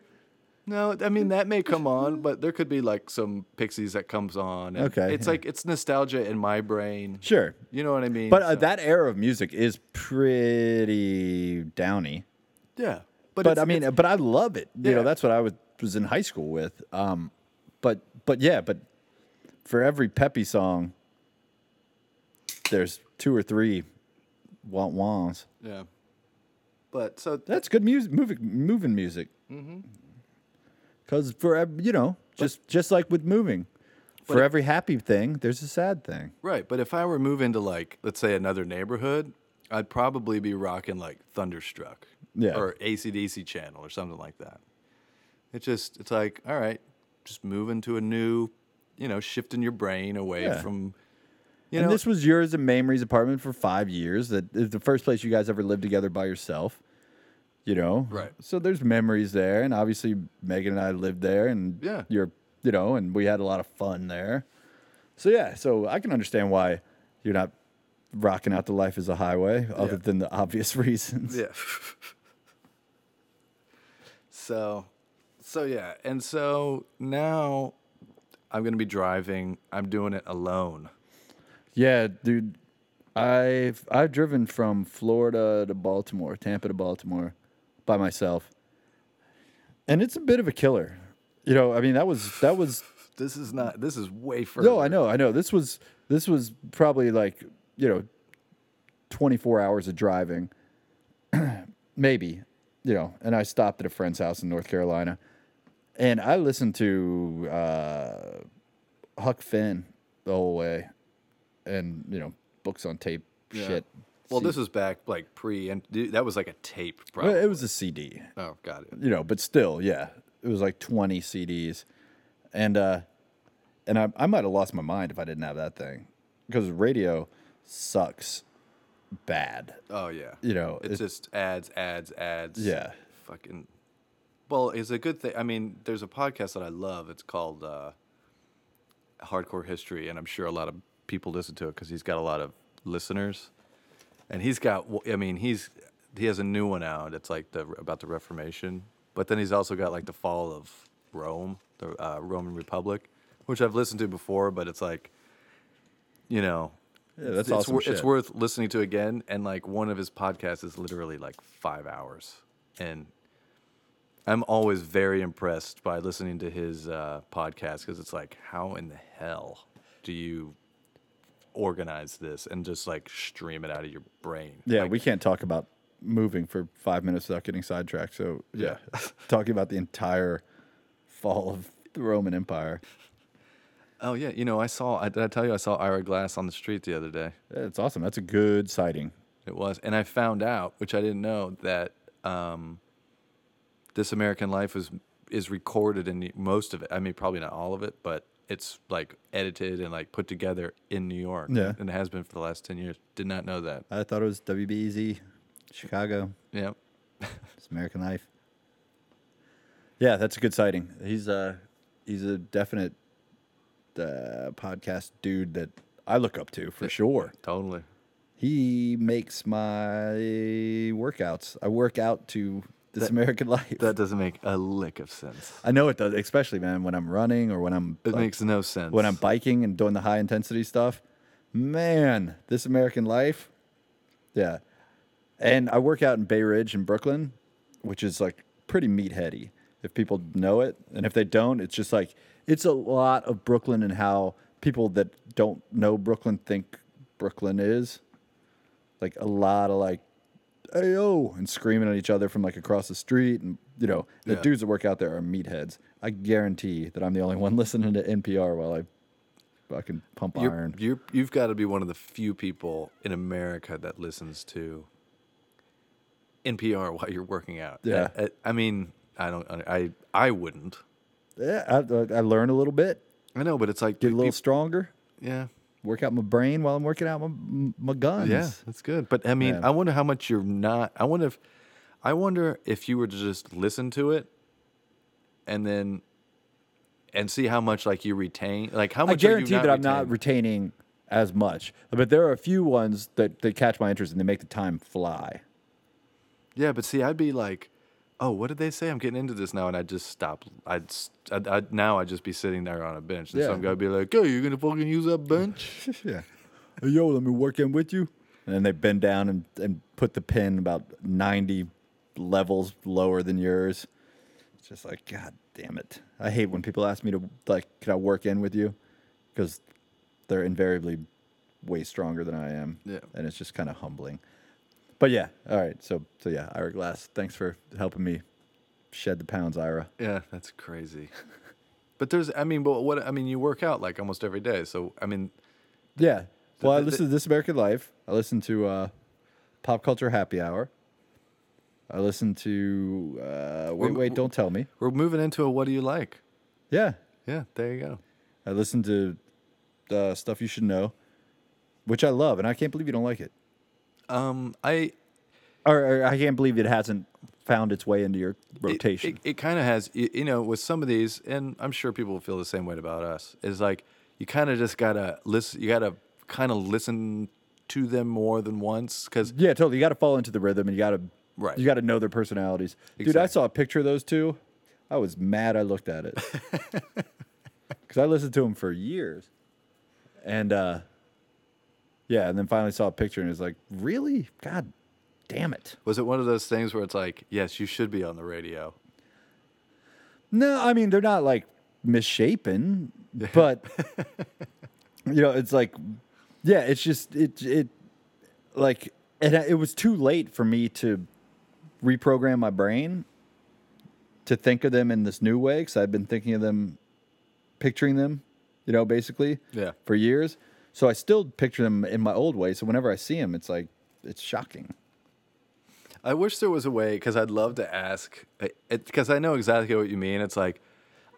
[SPEAKER 1] No, I mean that may come on, but there could be like some Pixies that comes on. and
[SPEAKER 2] Okay,
[SPEAKER 1] it's
[SPEAKER 2] yeah.
[SPEAKER 1] like it's nostalgia in my brain.
[SPEAKER 2] Sure.
[SPEAKER 1] You know what I mean?
[SPEAKER 2] But uh,
[SPEAKER 1] So-
[SPEAKER 2] that era of music is pretty downy.
[SPEAKER 1] yeah,
[SPEAKER 2] But
[SPEAKER 1] it's-
[SPEAKER 2] I mean,
[SPEAKER 1] it's-
[SPEAKER 2] but I love it. You
[SPEAKER 1] Yeah.
[SPEAKER 2] know, that's what I was, was in high school with. Um, but but yeah, but for every peppy song, there's two or three want wants.
[SPEAKER 1] yeah. But so
[SPEAKER 2] That's good music, moving, moving music.
[SPEAKER 1] Mm-hmm.
[SPEAKER 2] Because for ev- you know, just just like with moving, for
[SPEAKER 1] it-
[SPEAKER 2] every happy thing, there's a sad thing.
[SPEAKER 1] right, but if I were moving to like let's say another neighborhood, I'd probably be rocking like Thunderstruck,
[SPEAKER 2] Yeah.
[SPEAKER 1] or ACDC channel or something like that. It just it's like all right, just moving to a new, you know, shifting your brain away
[SPEAKER 2] Yeah.
[SPEAKER 1] from. You
[SPEAKER 2] and
[SPEAKER 1] know,
[SPEAKER 2] this was yours and Mamrie's apartment for five years. That is the first place you guys ever lived together by yourself. You know,
[SPEAKER 1] Right.
[SPEAKER 2] So there's memories there, and obviously Megan and I lived there, and
[SPEAKER 1] Yeah.
[SPEAKER 2] you're you know, and we had a lot of fun there. So yeah, so I can understand why you're not rocking out the life as a highway, other
[SPEAKER 1] Yeah.
[SPEAKER 2] than the obvious reasons.
[SPEAKER 1] Yeah. so, so yeah, and so now I'm gonna be driving. I'm doing it alone.
[SPEAKER 2] Yeah, dude. I've I've driven from Florida to Baltimore, Tampa to Baltimore by myself. And it's a bit of a killer. You know, I mean that was that was
[SPEAKER 1] This is not. This is way further.
[SPEAKER 2] No, I know, I know. This was this was probably like, you know, 24 hours of driving. Maybe, you know, and I stopped at a friend's house in North Carolina. And I listened to uh, Huck Finn the whole way and, you know, books on tape shit.
[SPEAKER 1] Well, this was back like pre, and dude, that was like a tape.
[SPEAKER 2] Well,
[SPEAKER 1] Probably.
[SPEAKER 2] it was a CD.
[SPEAKER 1] oh, got it.
[SPEAKER 2] you know, but still, yeah, it was like 20 CDs, and uh, and I, I might have lost my mind if I didn't have that thing, because radio sucks bad.
[SPEAKER 1] Oh yeah.
[SPEAKER 2] You know,
[SPEAKER 1] it's
[SPEAKER 2] it-
[SPEAKER 1] just ads, ads, ads.
[SPEAKER 2] Yeah.
[SPEAKER 1] Fucking. Well, it's a good thing. I mean, there's a podcast that I love. It's called uh, Hardcore History, and I'm sure a lot of people listen to it because he's got a lot of listeners. And he's got. w- I mean, he's he has a new one out. It's like the about the Reformation, but then he's also got like the fall of Rome, the uh, Roman Republic, which I've listened to before, but it's like, you know,
[SPEAKER 2] Yeah, that's
[SPEAKER 1] it's,
[SPEAKER 2] awesome.
[SPEAKER 1] wor- it's
[SPEAKER 2] shit.
[SPEAKER 1] worth listening to again. And like one of his podcasts is literally like five hours, and I'm always very impressed by listening to his uh, podcast because it's like, how in the hell do you organize this and just like stream it out of your brain?
[SPEAKER 2] Yeah,
[SPEAKER 1] Like,
[SPEAKER 2] we can't talk about moving for five minutes without getting sidetracked. So yeah, talking about the entire fall of the Roman Empire.
[SPEAKER 1] oh yeah, you know, I saw. I, did I tell you I saw Ira Glass on the street the other day?
[SPEAKER 2] Yeah, It's awesome. That's a good sighting.
[SPEAKER 1] It was, and I found out, which I didn't know, that um, "This American Life" is is recorded in New- most of it. I mean, probably not all of it, but it's like edited and like put together in New York.
[SPEAKER 2] Yeah.
[SPEAKER 1] and it has been for the last ten years. Did not know that.
[SPEAKER 2] I thought it was WBEZ, Chicago.
[SPEAKER 1] Yeah,
[SPEAKER 2] It's American life. Yeah, that's a good sighting. He's a he's a definite uh, podcast dude that I look up to for sure.
[SPEAKER 1] totally.
[SPEAKER 2] He makes my workouts. I work out to this American life.
[SPEAKER 1] That doesn't make a lick of sense.
[SPEAKER 2] I know it does, especially man when I'm running or when I'm
[SPEAKER 1] It
[SPEAKER 2] like,
[SPEAKER 1] makes no sense.
[SPEAKER 2] when I'm biking and doing the high intensity stuff. Man, this American life. Yeah. And I work out in Bay Ridge in Brooklyn, which is like pretty meat heady if people know it. And if they don't, it's just like it's a lot of Brooklyn and how people that don't know Brooklyn think Brooklyn is. Like a lot of like ayo and screaming at each other from like across the street and you know, the
[SPEAKER 1] Yeah.
[SPEAKER 2] dudes that work out there are meatheads. I guarantee that I'm the only one listening to NPR while I fucking pump
[SPEAKER 1] You're,
[SPEAKER 2] iron.
[SPEAKER 1] you're, you've got to be one of the few people in America that listens to NPR while you're working out.
[SPEAKER 2] Yeah.
[SPEAKER 1] I, I- I mean, I don't. I I wouldn't.
[SPEAKER 2] Yeah, I, I learn a little bit,
[SPEAKER 1] I know, but it's like
[SPEAKER 2] get a
[SPEAKER 1] pe-
[SPEAKER 2] little
[SPEAKER 1] peop-
[SPEAKER 2] stronger.
[SPEAKER 1] yeah.
[SPEAKER 2] work out my brain while I'm working out my my guns.
[SPEAKER 1] Yeah, that's good. But I mean,
[SPEAKER 2] Yeah.
[SPEAKER 1] I wonder how much you're not. I wonder if, I wonder if you were to just listen to it, and then, and see how much like you retain. Like how
[SPEAKER 2] I
[SPEAKER 1] much. are you
[SPEAKER 2] guarantee that I'm not
[SPEAKER 1] retaining?
[SPEAKER 2] retaining as much, but there are a few ones that that catch my interest and they make the time fly.
[SPEAKER 1] Yeah, but see, I'd be like, oh, what did they say? I'm getting into this now, and I'd just stop. I'd, s- I'd, I'd now I'd just be sitting there on a bench, and
[SPEAKER 2] Yeah.
[SPEAKER 1] some guy would be like, "Yo, you're gonna fucking use that bench?"
[SPEAKER 2] yeah. yo, let me work in with you. And then they bend down and, and put the pin about 90 levels lower than yours. It's just like, God damn it. I hate when people ask me to, like, can I work in with you? Because they're invariably way stronger than I am.
[SPEAKER 1] Yeah.
[SPEAKER 2] And it's just kind of humbling. But yeah, all right. So, so yeah, Ira Glass, thanks for helping me shed the pounds, Ira.
[SPEAKER 1] yeah, that's crazy. But there's, I mean, but what I mean, you work out like almost every day, so I mean,
[SPEAKER 2] Yeah. Well, I
[SPEAKER 1] the- the-
[SPEAKER 2] listen to This American Life. I listen to uh, Pop Culture Happy Hour. I listen to uh, Wait,
[SPEAKER 1] m-
[SPEAKER 2] Wait, Don't Tell Me.
[SPEAKER 1] we're moving into a what do you like?
[SPEAKER 2] Yeah.
[SPEAKER 1] Yeah, there you go.
[SPEAKER 2] I listen to uh, Stuff You Should Know, which I love, and I can't believe you don't like it.
[SPEAKER 1] Um, I
[SPEAKER 2] Or, or I can't believe it hasn't found its way into your
[SPEAKER 1] it-
[SPEAKER 2] rotation.
[SPEAKER 1] It, it, kind of has, you, you know, with some of these, and I'm sure people will feel the same way about us. Is like you kind of just gotta listen. You gotta kind of listen to them more than once because
[SPEAKER 2] yeah, totally. You got to fall into the rhythm, and you got to
[SPEAKER 1] Right.
[SPEAKER 2] You got to know their personalities. Dude, I
[SPEAKER 1] Exactly.
[SPEAKER 2] saw a picture of those two. I was mad I looked at it because I listened to them for years, and uh, yeah, and then finally saw a picture and was like, "Really? God, damn it!"
[SPEAKER 1] Was it one of those things where it's like, yes, you should be on the radio?
[SPEAKER 2] No, I mean they're not like misshapen, but you know, it's like yeah, it's just it it like and I- it was too late for me to reprogram my brain to think of them in this new way cuz I'd been thinking of them picturing them, you know, basically
[SPEAKER 1] Yeah.
[SPEAKER 2] for years. So I still picture them in my old way, so whenever I see them it's like it's shocking.
[SPEAKER 1] I wish there was a way because I'd love to ask because I know exactly what you mean. It's like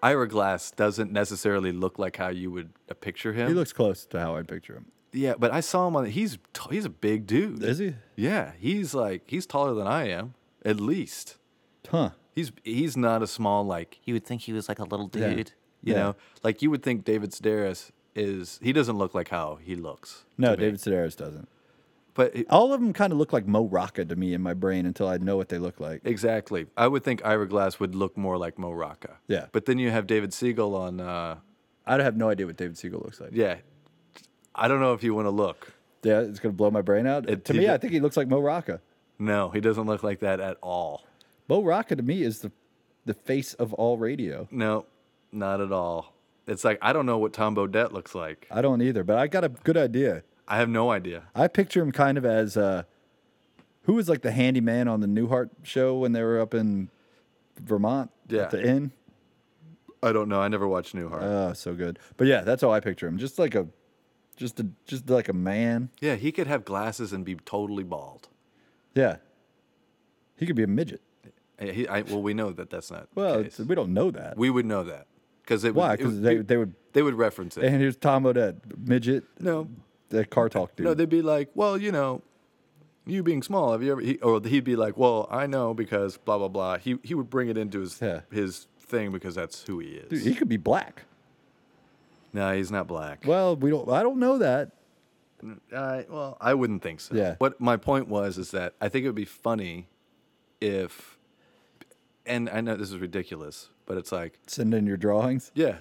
[SPEAKER 1] Ira Glass doesn't necessarily look like how you would uh, picture him.
[SPEAKER 2] He looks close to how I'd picture him.
[SPEAKER 1] yeah, but I saw him on. He's t- he's a big dude.
[SPEAKER 2] Is he?
[SPEAKER 1] Yeah, he's like he's taller than I am at least.
[SPEAKER 2] Huh.
[SPEAKER 1] He's he's not a small like
[SPEAKER 4] You would think he was like a little
[SPEAKER 2] Yeah.
[SPEAKER 4] dude.
[SPEAKER 1] you
[SPEAKER 2] Yeah.
[SPEAKER 1] know like you would think David Sedaris is he doesn't look like how he looks.
[SPEAKER 2] No,
[SPEAKER 1] to me.
[SPEAKER 2] David Sedaris doesn't.
[SPEAKER 1] But he-
[SPEAKER 2] All of them kind of look like Mo Rocca to me in my brain until I know what they look like.
[SPEAKER 1] Exactly. I would think Ira Glass would look more like Mo Rocca.
[SPEAKER 2] Yeah.
[SPEAKER 1] But then you have David Siegel on. Uh,
[SPEAKER 2] I'd have no idea what David Siegel looks like.
[SPEAKER 1] yeah. I don't know if you want to look.
[SPEAKER 2] Yeah, it's gonna blow my brain out.
[SPEAKER 1] It-
[SPEAKER 2] to
[SPEAKER 1] he
[SPEAKER 2] me,
[SPEAKER 1] do-
[SPEAKER 2] I think he looks like Mo Rocca.
[SPEAKER 1] No, he doesn't look like that at all.
[SPEAKER 2] Mo Rocca to me is the the face of all radio.
[SPEAKER 1] No, not at all. It's like I don't know what Tom Baudet looks like.
[SPEAKER 2] I don't either, but I got a good idea.
[SPEAKER 1] I have no idea.
[SPEAKER 2] I picture him kind of as uh, who was like the handyman on the Newhart show when they were up in Vermont
[SPEAKER 1] Yeah.
[SPEAKER 2] at the inn.
[SPEAKER 1] I don't know. I never watched Newhart.
[SPEAKER 2] Oh, so good. But yeah, that's how I picture him. Just like a, just a, just like a man.
[SPEAKER 1] yeah, he could have glasses and be totally bald.
[SPEAKER 2] Yeah, he could be a midget.
[SPEAKER 1] Eh, he- I- well, we know that that's not.
[SPEAKER 2] Well,
[SPEAKER 1] the
[SPEAKER 2] it's,
[SPEAKER 1] case.
[SPEAKER 2] we don't know that.
[SPEAKER 1] we would know that because
[SPEAKER 2] Why? Because they, Eh, they would.
[SPEAKER 1] they would reference it.
[SPEAKER 2] And here's Tom Odette, midget,
[SPEAKER 1] no,
[SPEAKER 2] the car talk dude.
[SPEAKER 1] No, they'd be like, well, you know, you being small, have you ever? He, or he'd be like, well, I know because blah blah blah. He he would bring it into his
[SPEAKER 2] Yeah.
[SPEAKER 1] his thing because that's who he is.
[SPEAKER 2] Dude, he could be black.
[SPEAKER 1] no, he's not black.
[SPEAKER 2] Well, we don't. I don't know that.
[SPEAKER 1] I- well, I wouldn't think so.
[SPEAKER 2] Yeah.
[SPEAKER 1] What my point was is that I think it would be funny if, and I know this is ridiculous, but it's like,
[SPEAKER 2] Send in your drawings.
[SPEAKER 1] yeah,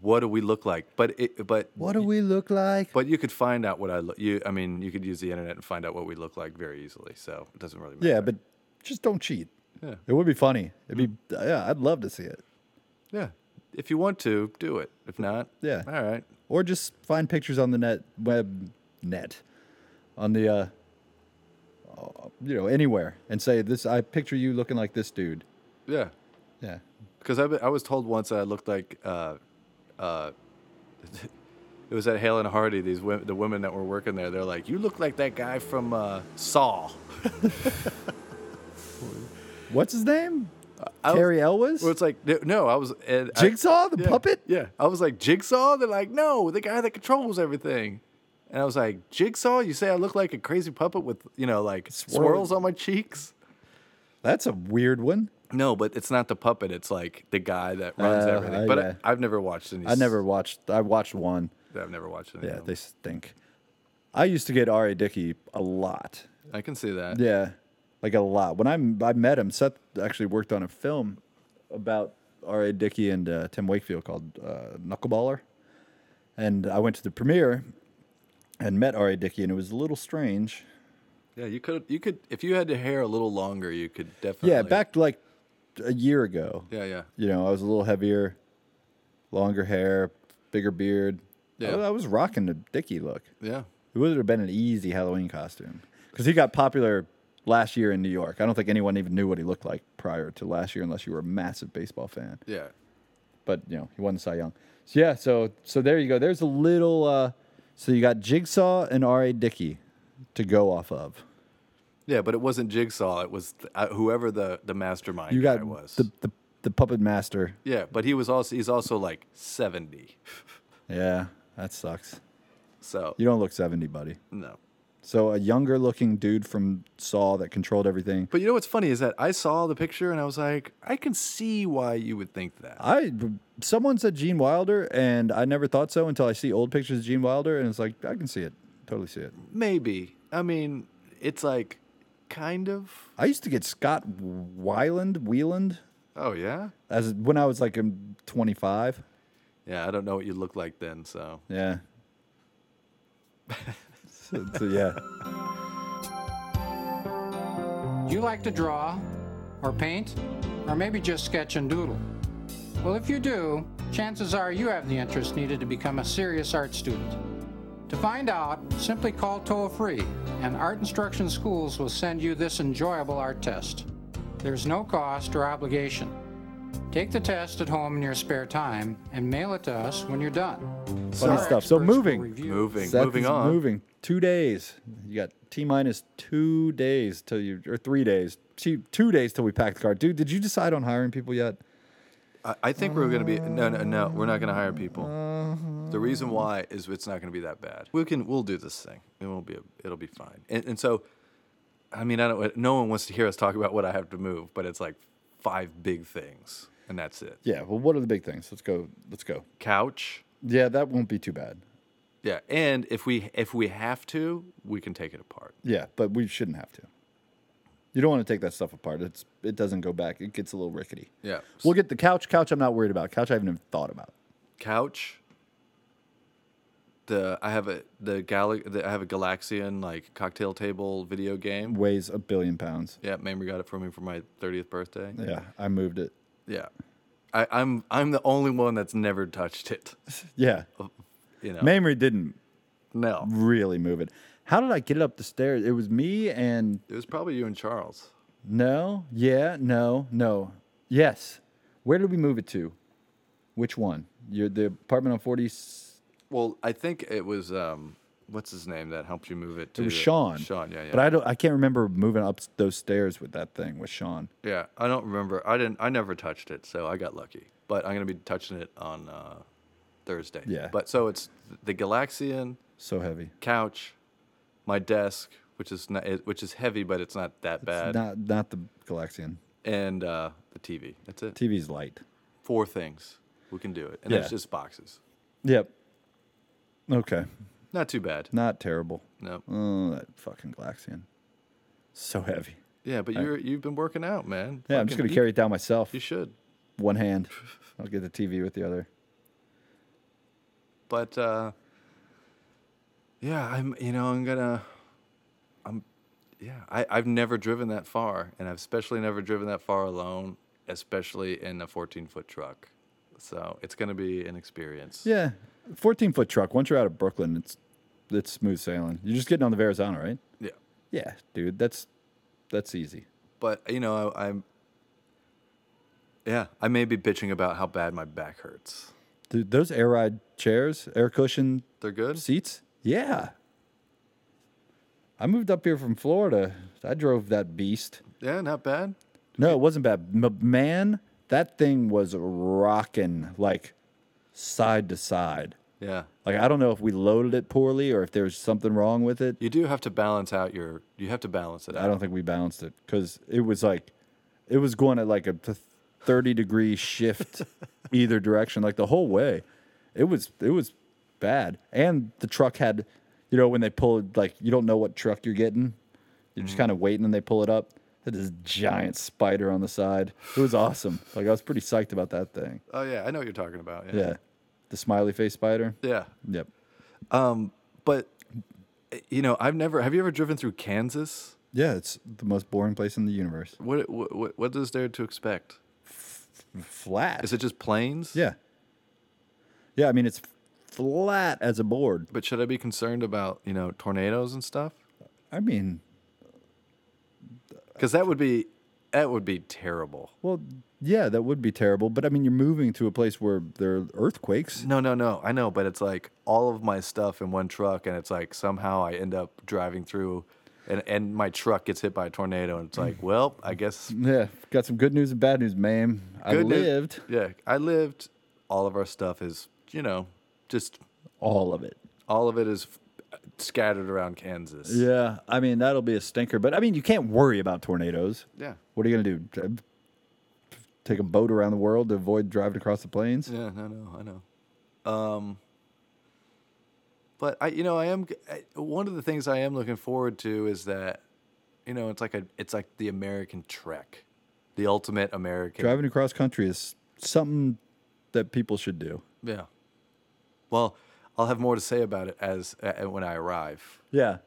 [SPEAKER 1] what do we look like? But it, but
[SPEAKER 2] What do we look like?
[SPEAKER 1] but you could find out what I look. You, I mean, you could use the internet and find out what we look like very easily. So it doesn't really matter.
[SPEAKER 2] Yeah, but just don't cheat.
[SPEAKER 1] Yeah.
[SPEAKER 2] It would be funny. It'd be yeah, I'd love to see it.
[SPEAKER 1] yeah. If you want to, do it. If not,
[SPEAKER 2] Yeah.
[SPEAKER 1] All right.
[SPEAKER 2] Or just find pictures on the net web net on the uh uh, you know, anywhere and say this I picture you looking like this dude.
[SPEAKER 1] Yeah.
[SPEAKER 2] Yeah.
[SPEAKER 1] Because I, be- I was told once that I looked like, uh, uh, it was at Hale and Hardy. These wo- the women that were working there, they're like, "You look like that guy from uh, Saw."
[SPEAKER 2] What's his name?
[SPEAKER 1] I was-
[SPEAKER 2] Terry Elwes?
[SPEAKER 1] Well, it's like no- no, I was and I-
[SPEAKER 2] Jigsaw, the
[SPEAKER 1] yeah,
[SPEAKER 2] puppet?
[SPEAKER 1] Yeah, I was like Jigsaw. They're like, no, the guy that controls everything. And I was like, Jigsaw. You say I look like a crazy puppet with you know like
[SPEAKER 2] Swirl-
[SPEAKER 1] swirls on my cheeks.
[SPEAKER 2] That's a weird one.
[SPEAKER 1] No, but it's not the puppet. It's like the guy that runs
[SPEAKER 2] Uh,
[SPEAKER 1] everything.
[SPEAKER 2] uh,
[SPEAKER 1] But
[SPEAKER 2] yeah.
[SPEAKER 1] I, I've never watched any.
[SPEAKER 2] I never watched I watched one.
[SPEAKER 1] I've never watched any.
[SPEAKER 2] Yeah,
[SPEAKER 1] of
[SPEAKER 2] they
[SPEAKER 1] them.
[SPEAKER 2] stink. I used to get R.A. Dickey a lot.
[SPEAKER 1] I can see that.
[SPEAKER 2] Yeah, like a lot. When I I met him, Seth actually worked on a film about R.A. Dickey and uh, Tim Wakefield called uh, Knuckleballer, and I went to the premiere and met R.A. Dickey, and it was a little strange.
[SPEAKER 1] Yeah, you could you could if you had the hair a little longer, you could definitely.
[SPEAKER 2] Yeah, back like a year ago.
[SPEAKER 1] Yeah, yeah.
[SPEAKER 2] You know, I was a little heavier, longer hair, bigger beard.
[SPEAKER 1] Yeah.
[SPEAKER 2] I, I was rocking the Dickey look.
[SPEAKER 1] Yeah.
[SPEAKER 2] It would have been an easy Halloween costume because he got popular last year in New York. I don't think anyone even knew what he looked like prior to last year, unless you were a massive baseball fan.
[SPEAKER 1] Yeah.
[SPEAKER 2] But you know, he won the Cy Young. So yeah, so so there you go. There's a little. Uh, so you got Jigsaw and R.A. Dickey to go off of.
[SPEAKER 1] Yeah, but it wasn't Jigsaw. It was th- uh, whoever the, the mastermind
[SPEAKER 2] You
[SPEAKER 1] guy
[SPEAKER 2] got
[SPEAKER 1] was.
[SPEAKER 2] the, the the puppet master.
[SPEAKER 1] yeah, but he was also he's also like seventy.
[SPEAKER 2] Yeah, that sucks.
[SPEAKER 1] So
[SPEAKER 2] You don't look seventy, buddy.
[SPEAKER 1] no.
[SPEAKER 2] So a younger looking dude from Saw that controlled everything.
[SPEAKER 1] But you know what's funny is that I saw the picture and I was like, I can see why you would think that.
[SPEAKER 2] I someone said Gene Wilder, and I never thought so until I see old pictures of Gene Wilder, and it's like I can see it, totally see it.
[SPEAKER 1] Maybe. I mean, it's like kind of.
[SPEAKER 2] I used to get Scott Weiland Wieland
[SPEAKER 1] Oh yeah.
[SPEAKER 2] as when I was like um, 25.
[SPEAKER 1] Yeah, I don't know what you look like then. So
[SPEAKER 2] Yeah. so, so, yeah,
[SPEAKER 4] Do you like to draw, or paint, or maybe just sketch and doodle? Well, if you do, chances are you have the interest needed to become a serious art student. To find out, simply call toll free, and Art Instruction Schools will send you this enjoyable art test. There's no cost or obligation. Take the test at home in your spare time and mail it to us when you're done.
[SPEAKER 2] funny
[SPEAKER 4] Our
[SPEAKER 2] stuff. So
[SPEAKER 4] experts will
[SPEAKER 2] moving,
[SPEAKER 4] review-
[SPEAKER 1] moving,
[SPEAKER 2] Seth
[SPEAKER 1] moving
[SPEAKER 2] is
[SPEAKER 1] on.
[SPEAKER 2] moving. Two days. You got t minus two days till you, or three days. Two, two days till we pack the car. Dude, did you decide on hiring people yet?
[SPEAKER 1] I, I think we're gonna be no, no, no. We're not gonna hire people. The reason why is it's not gonna be that bad. We can we'll do this thing. It won't be a, it'll be fine. And, and so, I mean, I don't. No one wants to hear us talk about what I have to move, but it's like five big things, and that's it.
[SPEAKER 2] Yeah. Well, what are the big things? Let's go. Let's go.
[SPEAKER 1] Couch.
[SPEAKER 2] Yeah, that won't be too bad.
[SPEAKER 1] Yeah, and if we if we have to, we can take it apart.
[SPEAKER 2] Yeah, but we shouldn't have to. You don't want to take that stuff apart. It's it doesn't go back. It gets a little rickety.
[SPEAKER 1] Yeah.
[SPEAKER 2] We'll get the couch. Couch, I'm not worried about. Couch, I haven't even thought about.
[SPEAKER 1] couch. The I have a the Gal the, I have a Galaxian like cocktail table video game.
[SPEAKER 2] Weighs a billion pounds.
[SPEAKER 1] Yeah, Mamrie got it for me for my thirtieth birthday.
[SPEAKER 2] Yeah, I moved it.
[SPEAKER 1] Yeah, I, I'm I'm the only one that's never touched it.
[SPEAKER 2] Yeah,
[SPEAKER 1] Uh-huh. You know,
[SPEAKER 2] Mamrie didn't
[SPEAKER 1] no,
[SPEAKER 2] really move it. How did I get it up the stairs? It was me and
[SPEAKER 1] it was probably you and Charles.
[SPEAKER 2] no, yeah, no, no, yes. Where did we move it to? Which one? Your the apartment on 40.
[SPEAKER 1] Well, I think it was um, what's his name that helped you move it to
[SPEAKER 2] It was Sean.
[SPEAKER 1] Sean, yeah, yeah.
[SPEAKER 2] But I don't. I can't remember moving up those stairs with that thing with Sean.
[SPEAKER 1] Yeah, I don't remember. I didn't. I never touched it, so I got lucky. But I'm gonna be touching it on uh, Thursday.
[SPEAKER 2] Yeah.
[SPEAKER 1] But so it's the Galaxian
[SPEAKER 2] So heavy.
[SPEAKER 1] couch, my desk, which is not, it- which is heavy, but it's not that bad,
[SPEAKER 2] Not not the Galaxian.
[SPEAKER 1] and uh, the TV. That's it.
[SPEAKER 2] TV's light.
[SPEAKER 1] Four things we can do it, and
[SPEAKER 2] Yeah.
[SPEAKER 1] there's just boxes.
[SPEAKER 2] Yep. Okay.
[SPEAKER 1] Not too bad.
[SPEAKER 2] Not terrible.
[SPEAKER 1] No.
[SPEAKER 2] Oh, that fucking Galaxian. So heavy.
[SPEAKER 1] Yeah, but you're you've been working out, man.
[SPEAKER 2] Yeah, I'm just
[SPEAKER 1] Fucking-
[SPEAKER 2] gonna carry it down myself.
[SPEAKER 1] You, you should.
[SPEAKER 2] One hand. I'll get the TV with the other.
[SPEAKER 1] But uh, yeah, I'm. You know, I'm gonna. I'm. Yeah, I, I've never driven that far, and I've especially never driven that far alone, especially in a 14 foot truck. So it's gonna be an experience.
[SPEAKER 2] Yeah, fourteen foot truck. Once you're out of Brooklyn, it's it's smooth sailing. You're just getting on the Verrazano, right?
[SPEAKER 1] Yeah.
[SPEAKER 2] Yeah, dude, that's that's easy.
[SPEAKER 1] But you know, I, I'm. Yeah, I may be bitching about how bad my back hurts.
[SPEAKER 2] Dude, those air ride chairs, air cushion
[SPEAKER 1] They're good.
[SPEAKER 2] seats. Yeah. I moved up here from Florida. I drove that beast.
[SPEAKER 1] Yeah, not bad.
[SPEAKER 2] No, it wasn't bad. M- man, that thing was rocking like side to side.
[SPEAKER 1] Yeah.
[SPEAKER 2] Like I don't know if we loaded it poorly or if there was something wrong with it.
[SPEAKER 1] You do have to balance out your. You have to balance it out.
[SPEAKER 2] I don't think we balanced it because it was like, it was going at like a th- thirty degree shift either direction, like the whole way. It was it was bad, and the truck had, you know, when they pulled like you don't know what truck you're getting, you're just kind of waiting, and they pull it up. Had this giant spider on the side. It was awesome. like I was pretty psyched about that thing.
[SPEAKER 1] Oh yeah, I know what you're talking about. Yeah.
[SPEAKER 2] Yeah, the smiley face spider.
[SPEAKER 1] Yeah.
[SPEAKER 2] Yep.
[SPEAKER 1] But you know, I've never. Have you ever driven through Kansas?
[SPEAKER 2] Yeah, it's the most boring place in the universe.
[SPEAKER 1] What what what is there to expect?
[SPEAKER 2] Flat.
[SPEAKER 1] Is it just planes?
[SPEAKER 2] Yeah. Yeah, I mean it's flat as a board.
[SPEAKER 1] But should I be concerned about you know tornadoes and stuff?
[SPEAKER 2] I mean,
[SPEAKER 1] Because that would be that would be terrible.
[SPEAKER 2] well, yeah, that would be terrible. But I mean, you're moving to a place where there are earthquakes.
[SPEAKER 1] No, no, no. I know, but it's like all of my stuff in one truck, and it's like somehow I end up driving through, and and my truck gets hit by a tornado, and it's like, well, I guess
[SPEAKER 2] Yeah, got some good news and bad news, ma'am. I
[SPEAKER 1] good news-
[SPEAKER 2] lived
[SPEAKER 1] Yeah, I lived. All of our stuff is you know just
[SPEAKER 2] all of it.
[SPEAKER 1] all of it is f- scattered around Kansas.
[SPEAKER 2] Yeah, I mean that'll be a stinker. But I mean, you can't worry about tornadoes.
[SPEAKER 1] Yeah.
[SPEAKER 2] What are you gonna do? Dr- Take a boat around the world to avoid driving across the plains?
[SPEAKER 1] Yeah, I know, I know. Um, but I, you know, I am. I, one of the things I am looking forward to is that, you know, it's like a, it's like the American trek, the ultimate American.
[SPEAKER 2] Driving across country is something that people should do.
[SPEAKER 1] Yeah. Well, I'll have more to say about it as uh, when I arrive.
[SPEAKER 2] Yeah,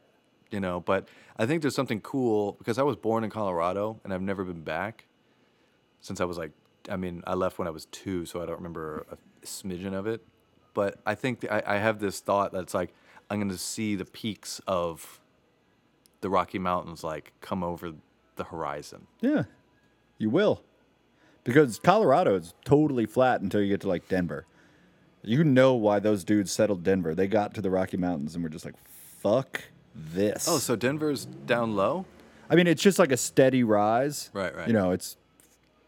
[SPEAKER 1] you know. But I think there's something cool because I was born in Colorado and I've never been back since I was like, I mean, I left when I was two, so I don't remember a smidgen of it. But I think I, I have this thought that's like, I'm going to see the peaks of the Rocky Mountains like come over the horizon.
[SPEAKER 2] Yeah, you will, because Colorado is totally flat until you get to like Denver. You know why those dudes settled Denver? They got to the Rocky Mountains and were just like, "Fuck this."
[SPEAKER 1] Oh, so Denver's down low.
[SPEAKER 2] I mean, it's just like a steady rise.
[SPEAKER 1] Right, right.
[SPEAKER 2] You know, it's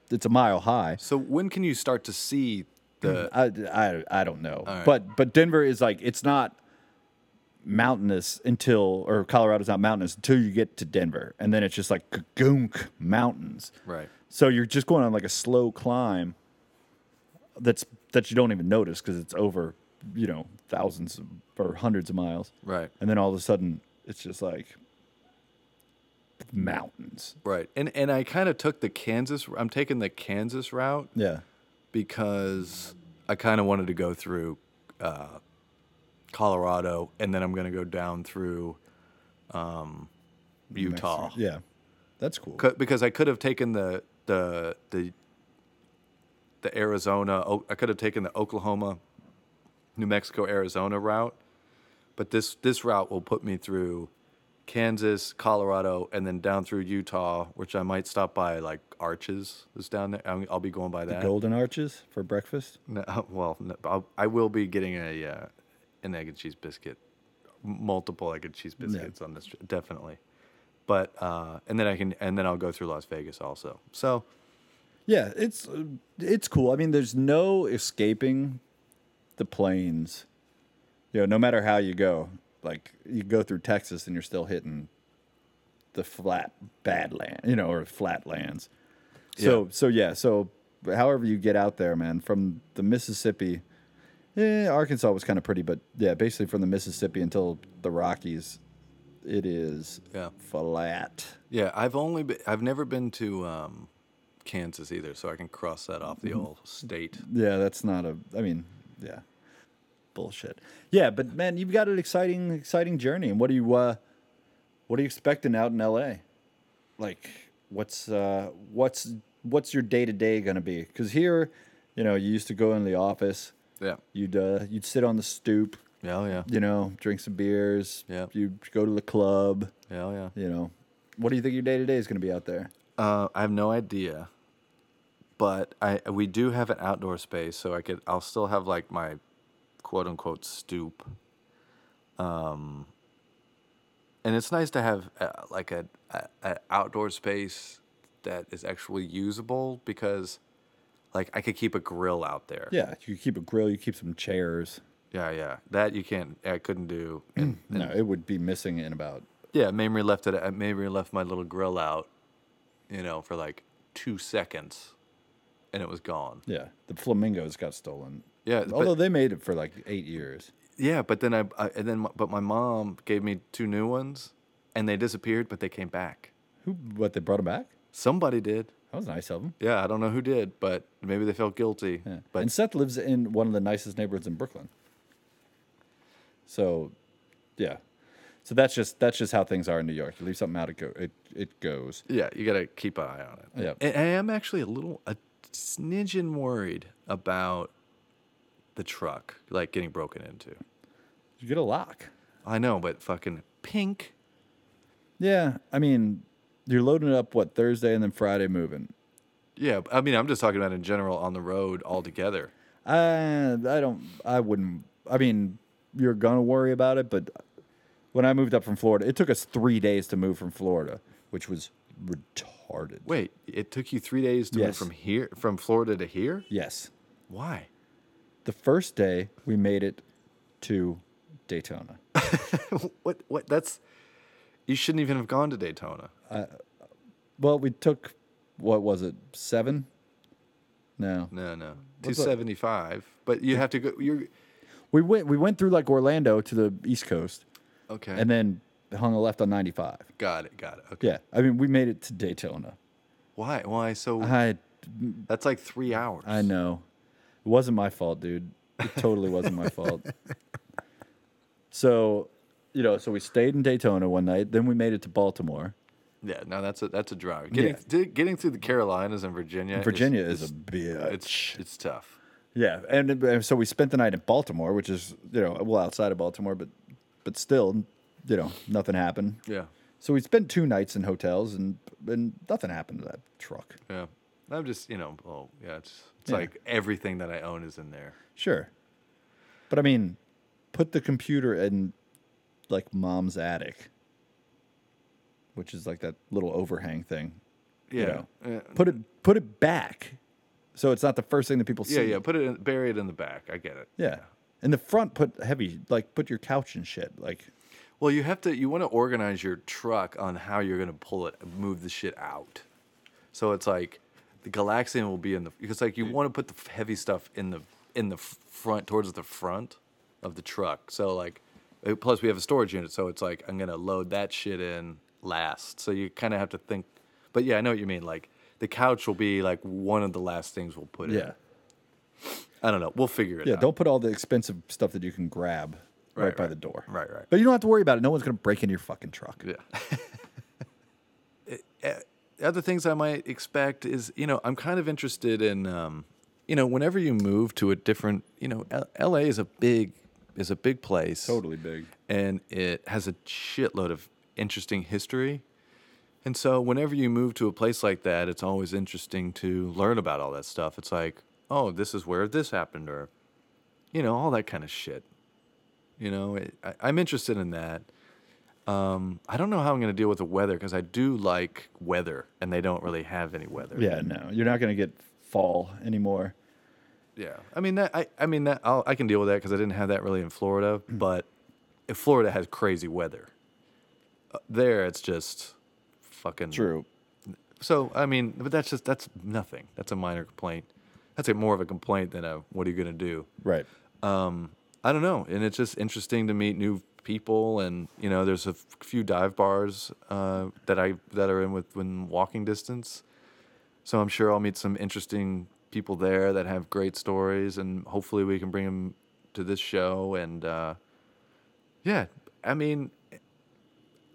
[SPEAKER 2] it's a mile high.
[SPEAKER 1] So when can you start to see the?
[SPEAKER 2] I, I, I don't know,
[SPEAKER 1] right.
[SPEAKER 2] but but Denver is like it's not mountainous until or Colorado's not mountainous until you get to Denver, and then it's just like goonk mountains.
[SPEAKER 1] Right.
[SPEAKER 2] So you're just going on like a slow climb that's that you don't even notice because it's over, you know, thousands of- or hundreds of miles.
[SPEAKER 1] Right.
[SPEAKER 2] And then all of a sudden, it's just like mountains.
[SPEAKER 1] Right. And and I kind of took the Kansas. I'm taking the Kansas route
[SPEAKER 2] Yeah.
[SPEAKER 1] because I kind of wanted to go through uh, Colorado, and then I'm going to go down through um, Utah.
[SPEAKER 2] Yeah. That's cool.
[SPEAKER 1] Co- Because I could have taken the the the the Arizona. O- I could have taken the Oklahoma, New Mexico, Arizona route, but this this route will put me through Kansas, Colorado, and then down through Utah, which I might stop by like Arches is down there. I'm- I'll be going by that.
[SPEAKER 2] Golden arches for breakfast.
[SPEAKER 1] No, well, no, I'll, I will be getting a uh, an egg and cheese biscuit, M- multiple egg and cheese biscuits on this trip, definitely. But uh, and then I can and then I'll go through Las Vegas also. So
[SPEAKER 2] Yeah, it's uh, it's cool. I mean, there's no escaping the plains. You know, no matter how you go, like you go through Texas and you're still hitting the flat badland, you know, or flatlands. So so yeah, so however you get out there, man, from the Mississippi, eh, Arkansas was kind of pretty, but yeah, basically from the Mississippi until the Rockies, it is
[SPEAKER 1] Yeah.
[SPEAKER 2] flat.
[SPEAKER 1] yeah, I've only been, I've never been to um, Kansas either, so I can cross that off the old state.
[SPEAKER 2] Yeah, that's not a. I mean, yeah. bullshit. Yeah, but man, you've got an exciting, exciting journey. And what do you, uh, what are you expecting out in LA? Like, what's, uh, what's, what's your day to day gonna be? Because here, you know, you used to go in the office.
[SPEAKER 1] Yeah.
[SPEAKER 2] You'd, uh, you'd sit on the stoop.
[SPEAKER 1] Yeah, oh, yeah.
[SPEAKER 2] You know, drink some beers.
[SPEAKER 1] Yeah.
[SPEAKER 2] You'd go to the club.
[SPEAKER 1] Yeah, oh, yeah.
[SPEAKER 2] You know, what do you think your day to day is gonna be out there?
[SPEAKER 1] Uh, I have no idea, but I we do have an outdoor space, so I could I'll still have like my quote unquote stoop. Um, and it's nice to have uh, like a, a, a outdoor space that is actually usable because, like, I could keep a grill out there.
[SPEAKER 2] Yeah, you keep a grill. You keep some chairs.
[SPEAKER 1] yeah, yeah. That you can't. I couldn't do. And
[SPEAKER 2] No, it would be missing in about
[SPEAKER 1] yeah, Mamrie left it. uh, Mamrie left my little grill out, you know, for like two seconds, and it was gone.
[SPEAKER 2] Yeah, the flamingos got stolen.
[SPEAKER 1] Yeah,
[SPEAKER 2] although
[SPEAKER 1] but,
[SPEAKER 2] they made it for like eight years.
[SPEAKER 1] yeah, but then I, I and then my, but my mom gave me two new ones, and they disappeared, but they came back.
[SPEAKER 2] Who? What? They brought them back?
[SPEAKER 1] Somebody did.
[SPEAKER 2] That was nice of them.
[SPEAKER 1] Yeah, I don't know who did, but maybe they felt guilty. But
[SPEAKER 2] and Seth lives in one of the nicest neighborhoods in Brooklyn. So, yeah, so that's just that's just how things are in New York. You leave something out, it go it it goes.
[SPEAKER 1] yeah, you gotta keep an eye on it.
[SPEAKER 2] Yeah.
[SPEAKER 1] and I am actually a little a snidgin worried about the truck like getting broken into.
[SPEAKER 2] You get a lock.
[SPEAKER 1] I know, but fucking pink.
[SPEAKER 2] Yeah, I mean, you're loading it up what Thursday and then Friday moving.
[SPEAKER 1] Yeah, I mean, I'm just talking about in general on the road altogether.
[SPEAKER 2] Uh, I don't. I wouldn't. I mean, you're gonna worry about it, but when I moved up from Florida, it took us three days to move from Florida, which was retarded.
[SPEAKER 1] Wait, it took you three days to move
[SPEAKER 2] Yes.
[SPEAKER 1] from here, from Florida to here.
[SPEAKER 2] Yes,
[SPEAKER 1] Why?
[SPEAKER 2] the first day we made it to Daytona.
[SPEAKER 1] What? What? That's. You shouldn't even have gone to Daytona.
[SPEAKER 2] Well, we took what was it seven? No,
[SPEAKER 1] No, no. Two
[SPEAKER 2] What's that?
[SPEAKER 1] seventy five. But you have to go. You're
[SPEAKER 2] we went. We went through like Orlando to the East Coast,
[SPEAKER 1] okay.
[SPEAKER 2] and then hung a left on 95.
[SPEAKER 1] got it. Got it. Okay.
[SPEAKER 2] Yeah, I mean, we made it to Daytona.
[SPEAKER 1] Why? Why? So
[SPEAKER 2] I
[SPEAKER 1] that's like three hours.
[SPEAKER 2] I know. It wasn't my fault, dude. It totally wasn't my fault. So, you know, so we stayed in Daytona one night. Then we made it to Baltimore.
[SPEAKER 1] Yeah. No, that's a that's a drive. Getting di- getting through the Carolinas and Virginia. is-
[SPEAKER 2] Virginia is, a bitch.
[SPEAKER 1] It's it's tough.
[SPEAKER 2] yeah, and, and so we spent the night in Baltimore, which is you know well outside of Baltimore, but but still, you know, nothing happened.
[SPEAKER 1] Yeah.
[SPEAKER 2] So we spent two nights in hotels, and and nothing happened to that truck.
[SPEAKER 1] Yeah. I'm just you know. Oh yeah. It's it's
[SPEAKER 2] Yeah.
[SPEAKER 1] like everything that I own is in there.
[SPEAKER 2] Sure, but I mean, put the computer in like mom's attic, which is like that little overhang thing. you
[SPEAKER 1] Yeah.
[SPEAKER 2] know.
[SPEAKER 1] Yeah.
[SPEAKER 2] Put it put it back, so it's not the first thing that people see.
[SPEAKER 1] Yeah, yeah. Put it in, bury it in the back. I get it.
[SPEAKER 2] yeah. In the front, put heavy like put your couch and shit. Like
[SPEAKER 1] Well, you have to. You want to organize your truck on how you're going to pull it, move the shit out. So it's like the Galaxian will be in the because like you
[SPEAKER 2] Mm.
[SPEAKER 1] want to put the f- heavy stuff in the in the f- front towards the front of the truck. So like, uh, plus we have a storage unit, so it's like I'm going to load that shit in last. So you kind of have to think. But yeah, I know what you mean. Like the couch will be like one of the last things we'll put in.
[SPEAKER 2] yeah,
[SPEAKER 1] I don't know. We'll figure it
[SPEAKER 2] yeah.
[SPEAKER 1] out.
[SPEAKER 2] Don't put all the expensive stuff that you can grab right,
[SPEAKER 1] Right,
[SPEAKER 2] by
[SPEAKER 1] right.
[SPEAKER 2] the door.
[SPEAKER 1] Right, right.
[SPEAKER 2] But you don't have to worry about it. No one's gonna break into your fucking truck.
[SPEAKER 1] Yeah. Eh, Other things I might expect is, you know, I'm kind of interested in, um, you know, whenever you move to a different, you know, L- LA is a big is a big place,
[SPEAKER 2] Totally big.
[SPEAKER 1] and it has a shitload of interesting history. And so, whenever you move to a place like that, it's always interesting to learn about all that stuff. It's like, oh, this is where this happened, or, you know, all that kind of shit. You know, it, I, I'm interested in that. Um, I don't know how I'm going to deal with the weather because I do like weather, and they don't really have any weather.
[SPEAKER 2] Yeah, no, you're not gonna get fall anymore.
[SPEAKER 1] Yeah, I mean that. I, I mean that. I'll, I can deal with that because I didn't have that really in Florida. But if Florida has crazy weather, uh, there it's just fucking
[SPEAKER 2] True.
[SPEAKER 1] So I mean, but that's just that's nothing. That's a minor complaint. That's a more of a complaint than a what are you gonna do? Um,
[SPEAKER 2] Right.
[SPEAKER 1] I don't know. And it's just interesting to meet new people. And you know, there's a f- few dive bars uh, that I that are in with when walking distance. So I'm sure I'll meet some interesting people there that have great stories, and hopefully we can bring them to this show, and uh, yeah, I mean,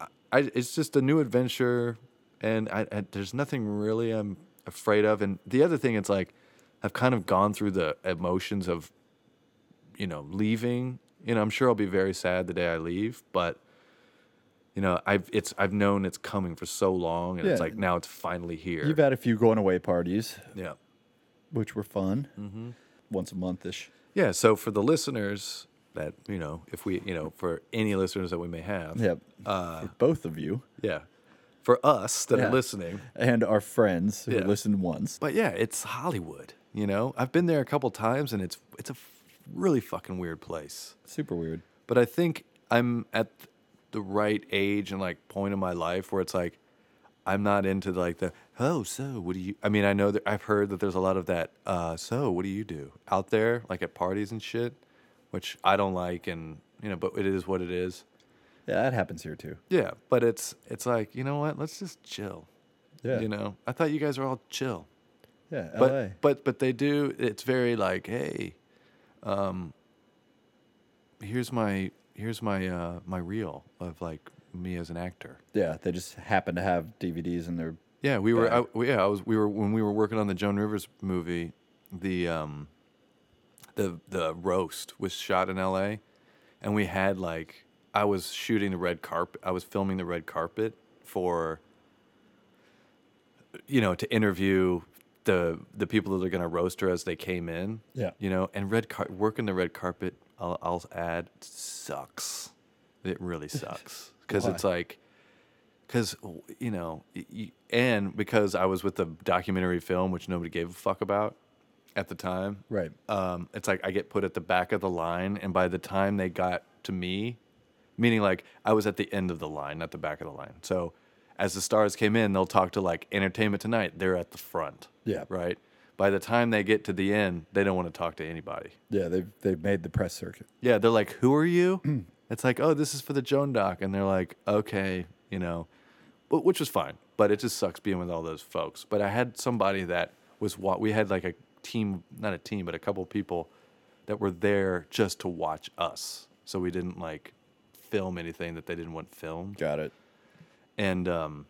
[SPEAKER 1] I- I, it's just a new adventure, and I, I, there's nothing really I'm afraid of. And the other thing, it's like I've kind of gone through the emotions of, you know, leaving. You know, I'm sure I'll be very sad the day I leave, but you know, I've it's I've known it's coming for so long, and it's
[SPEAKER 2] Yeah.
[SPEAKER 1] like now it's finally here.
[SPEAKER 2] You've had a few going away parties,
[SPEAKER 1] yeah.
[SPEAKER 2] which were fun. Mm-hmm. Once a month ish.
[SPEAKER 1] Yeah, so for the listeners that, you know, if we, you know, for any listeners that we may have.
[SPEAKER 2] Yep.
[SPEAKER 1] Uh,
[SPEAKER 2] For both of you
[SPEAKER 1] Yeah. For us that
[SPEAKER 2] Yeah.
[SPEAKER 1] are listening.
[SPEAKER 2] and our friends who
[SPEAKER 1] Yeah.
[SPEAKER 2] listened once.
[SPEAKER 1] But yeah, it's Hollywood, you know. I've been there a couple times and it's it's a f- really fucking weird place.
[SPEAKER 2] Super weird.
[SPEAKER 1] But I think I'm at the right age and like point in my life where it's like I'm not into like the oh so what do you I mean I know that I've heard that there's a lot of that uh so what do you do out there like at parties and shit which I don't like and you know but it is what it is.
[SPEAKER 2] Yeah, that happens here too.
[SPEAKER 1] Yeah, but it's it's like, you know what? Let's just chill.
[SPEAKER 2] Yeah.
[SPEAKER 1] You know. I thought you guys were all chill.
[SPEAKER 2] Yeah.
[SPEAKER 1] But
[SPEAKER 2] LA.
[SPEAKER 1] but but they do it's very like, hey, um here's my here's my uh my reel of like me as an actor.
[SPEAKER 2] yeah, they just happen to have DVDs in their
[SPEAKER 1] Yeah, we were.
[SPEAKER 2] Yeah.
[SPEAKER 1] I, we- yeah, I was. We were when we were working on the Joan Rivers movie. The um, the the roast was shot in L.A., and we had like I was shooting the red carpet. I was filming the red carpet for you know to interview the the people that are going to roast her as they came in.
[SPEAKER 2] Yeah.
[SPEAKER 1] you know, and red car working the red carpet. I'll, I'll add sucks. It really sucks because it's like because you know, y- y- and because I was with the documentary film, which nobody gave a fuck about at the time.
[SPEAKER 2] Right.
[SPEAKER 1] Um, it's like I get put at the back of the line, and by the time they got to me, meaning like I was at the end of the line, not the back of the line. So, as the stars came in, they'll talk to like Entertainment Tonight. They're at the front.
[SPEAKER 2] Yeah.
[SPEAKER 1] Right. By the time they get to the end, they don't want to talk to anybody.
[SPEAKER 2] Yeah, they've they've made the press circuit.
[SPEAKER 1] Yeah, they're like, "Who are you?" it's like, "Oh, this is for the Joan doc," and they're like, "Okay, you know," but which was fine. But it just sucks being with all those folks. But I had somebody that was what we had like a team, not a team, but a couple people that were there just to watch us. So we didn't like film anything that they didn't want filmed
[SPEAKER 2] Got it.
[SPEAKER 1] and um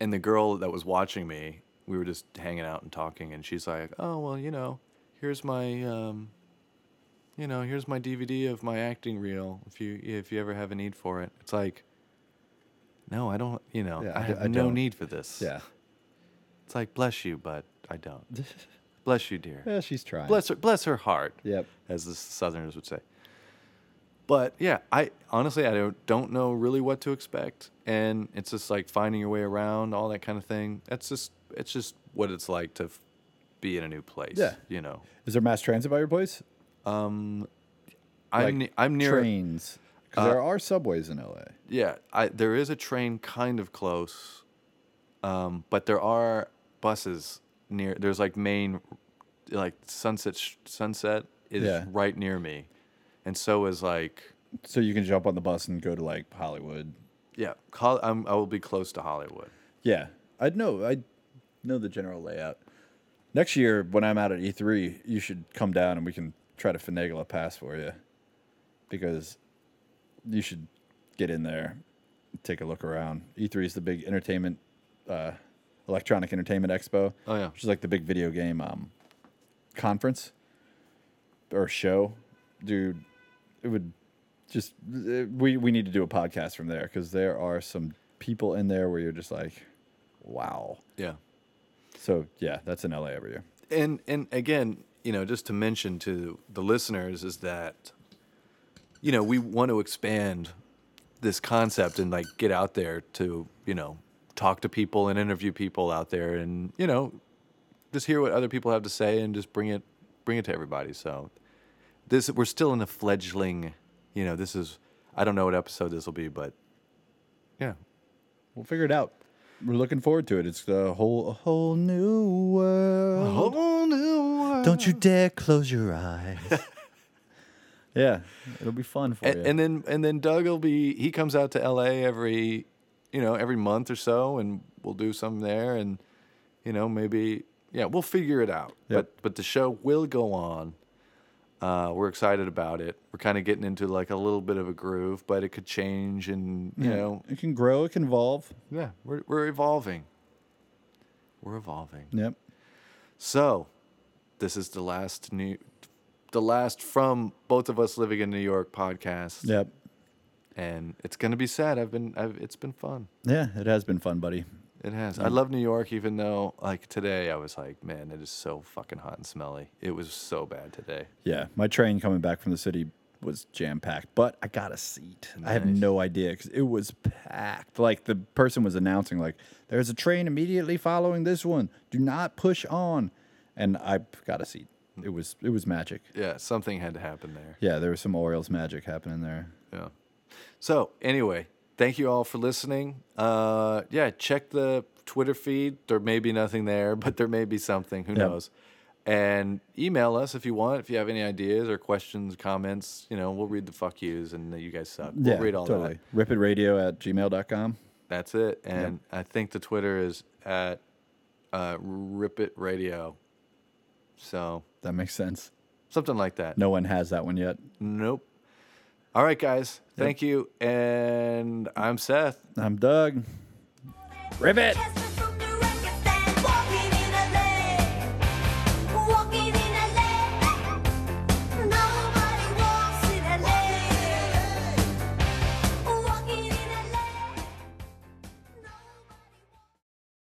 [SPEAKER 1] and the girl that was watching me we were just hanging out and talking and she's like oh well you know here's my um you know here's my dvd of my acting reel if you if you ever have a need for it it's like no i don't you know
[SPEAKER 2] Yeah,
[SPEAKER 1] i
[SPEAKER 2] I d-
[SPEAKER 1] have
[SPEAKER 2] I
[SPEAKER 1] no
[SPEAKER 2] don't.
[SPEAKER 1] need for this
[SPEAKER 2] Yeah.
[SPEAKER 1] it's like bless you but i don't bless you dear
[SPEAKER 2] Yeah, she's trying.
[SPEAKER 1] bless her bless her heart
[SPEAKER 2] Yep.
[SPEAKER 1] as the Southerners would say. But yeah, I honestly I don't, don't know really what to expect, and it's just like finding your way around, all that kind of thing. That's just it's just what it's like to f- be in a new place.
[SPEAKER 2] Yeah.
[SPEAKER 1] you know,
[SPEAKER 2] Is there mass transit by your place?
[SPEAKER 1] I'm ne- I'm near Uh,
[SPEAKER 2] trains. 'Cause there are subways in LA.
[SPEAKER 1] yeah. I there is a train kind of close, um, but there are buses near. There's like main, like Sunset Sh- Sunset is
[SPEAKER 2] Yeah.
[SPEAKER 1] right near me, and so is like
[SPEAKER 2] So you can jump on the bus and go to like Hollywood.
[SPEAKER 1] yeah. Col- I'm, I will be close to Hollywood.
[SPEAKER 2] Yeah. I know I know the general layout. Next year when I'm out at E3, you should come down and we can try to finagle a pass for you. Because you should get in there, take a look around. E3 is the big entertainment uh, electronic entertainment expo.
[SPEAKER 1] Oh, yeah.
[SPEAKER 2] Which is like the big video game um, conference or show. Dude, it would just uh, we we need to do a podcast from there because there are some people in there where you're just like, wow.
[SPEAKER 1] Yeah.
[SPEAKER 2] So yeah, that's in LA every year.
[SPEAKER 1] and and again, you know, just to mention to the listeners is that, you know, we want to expand this concept and like get out there to you know talk to people and interview people out there and you know just hear what other people have to say and just bring it bring it to everybody. So this we're still in a fledgling, you know, this is I don't know what episode this will be, but yeah,
[SPEAKER 2] We'll figure it out. We're looking forward to it. It's a whole a whole new world. Don't you dare close your eyes. yeah, it'll be fun for
[SPEAKER 1] and,
[SPEAKER 2] you.
[SPEAKER 1] and then and then Doug will be he comes out to L.A. every you know every month or so, and we'll do some there, and you know maybe yeah we'll figure it out.
[SPEAKER 2] Yep.
[SPEAKER 1] But but the show will go on. Uh, we're excited about it. We're kind of getting into like a little bit of a groove, but it could change and you know,
[SPEAKER 2] It can grow, it can evolve.
[SPEAKER 1] yeah, we're we're evolving. We're evolving.
[SPEAKER 2] Yep.
[SPEAKER 1] So, this is the last new, the last from both of us living in New York podcast,
[SPEAKER 2] Yep.
[SPEAKER 1] and it's gonna be sad. I've been, I've, it's been fun.
[SPEAKER 2] Yeah, it has been fun, buddy.
[SPEAKER 1] It has.
[SPEAKER 2] Mm.
[SPEAKER 1] I love New York, even though like today I was like, man, it is so fucking hot and smelly. It was so bad today.
[SPEAKER 2] Yeah, my train coming back from the city was jam packed, but I got a seat. I have no idea because it was packed. Like the person was announcing, like there's a train immediately following this one. Do not push on, and I got a seat. It was it was magic.
[SPEAKER 1] Yeah, something had to happen there.
[SPEAKER 2] Yeah, there was some Orioles magic happening there.
[SPEAKER 1] Yeah. So anyway, thank you all for listening. Uh, yeah, check the Twitter feed. There may be nothing there, but there may be something. Who knows? And email us if you want. If you have any ideas or questions, comments, you know, we'll read the fuck yous and that you guys suck. We'll
[SPEAKER 2] yeah,
[SPEAKER 1] read all
[SPEAKER 2] totally.
[SPEAKER 1] that.
[SPEAKER 2] Rip it radio at gmail.com.
[SPEAKER 1] That's it. And I think the Twitter is at uh, Rip It Radio. So
[SPEAKER 2] That makes sense.
[SPEAKER 1] something like that.
[SPEAKER 2] No one has that one yet.
[SPEAKER 1] Nope. All right, guys. Thank you. And I'm Seth.
[SPEAKER 2] I'm Doug. Ribbit.
[SPEAKER 5] Just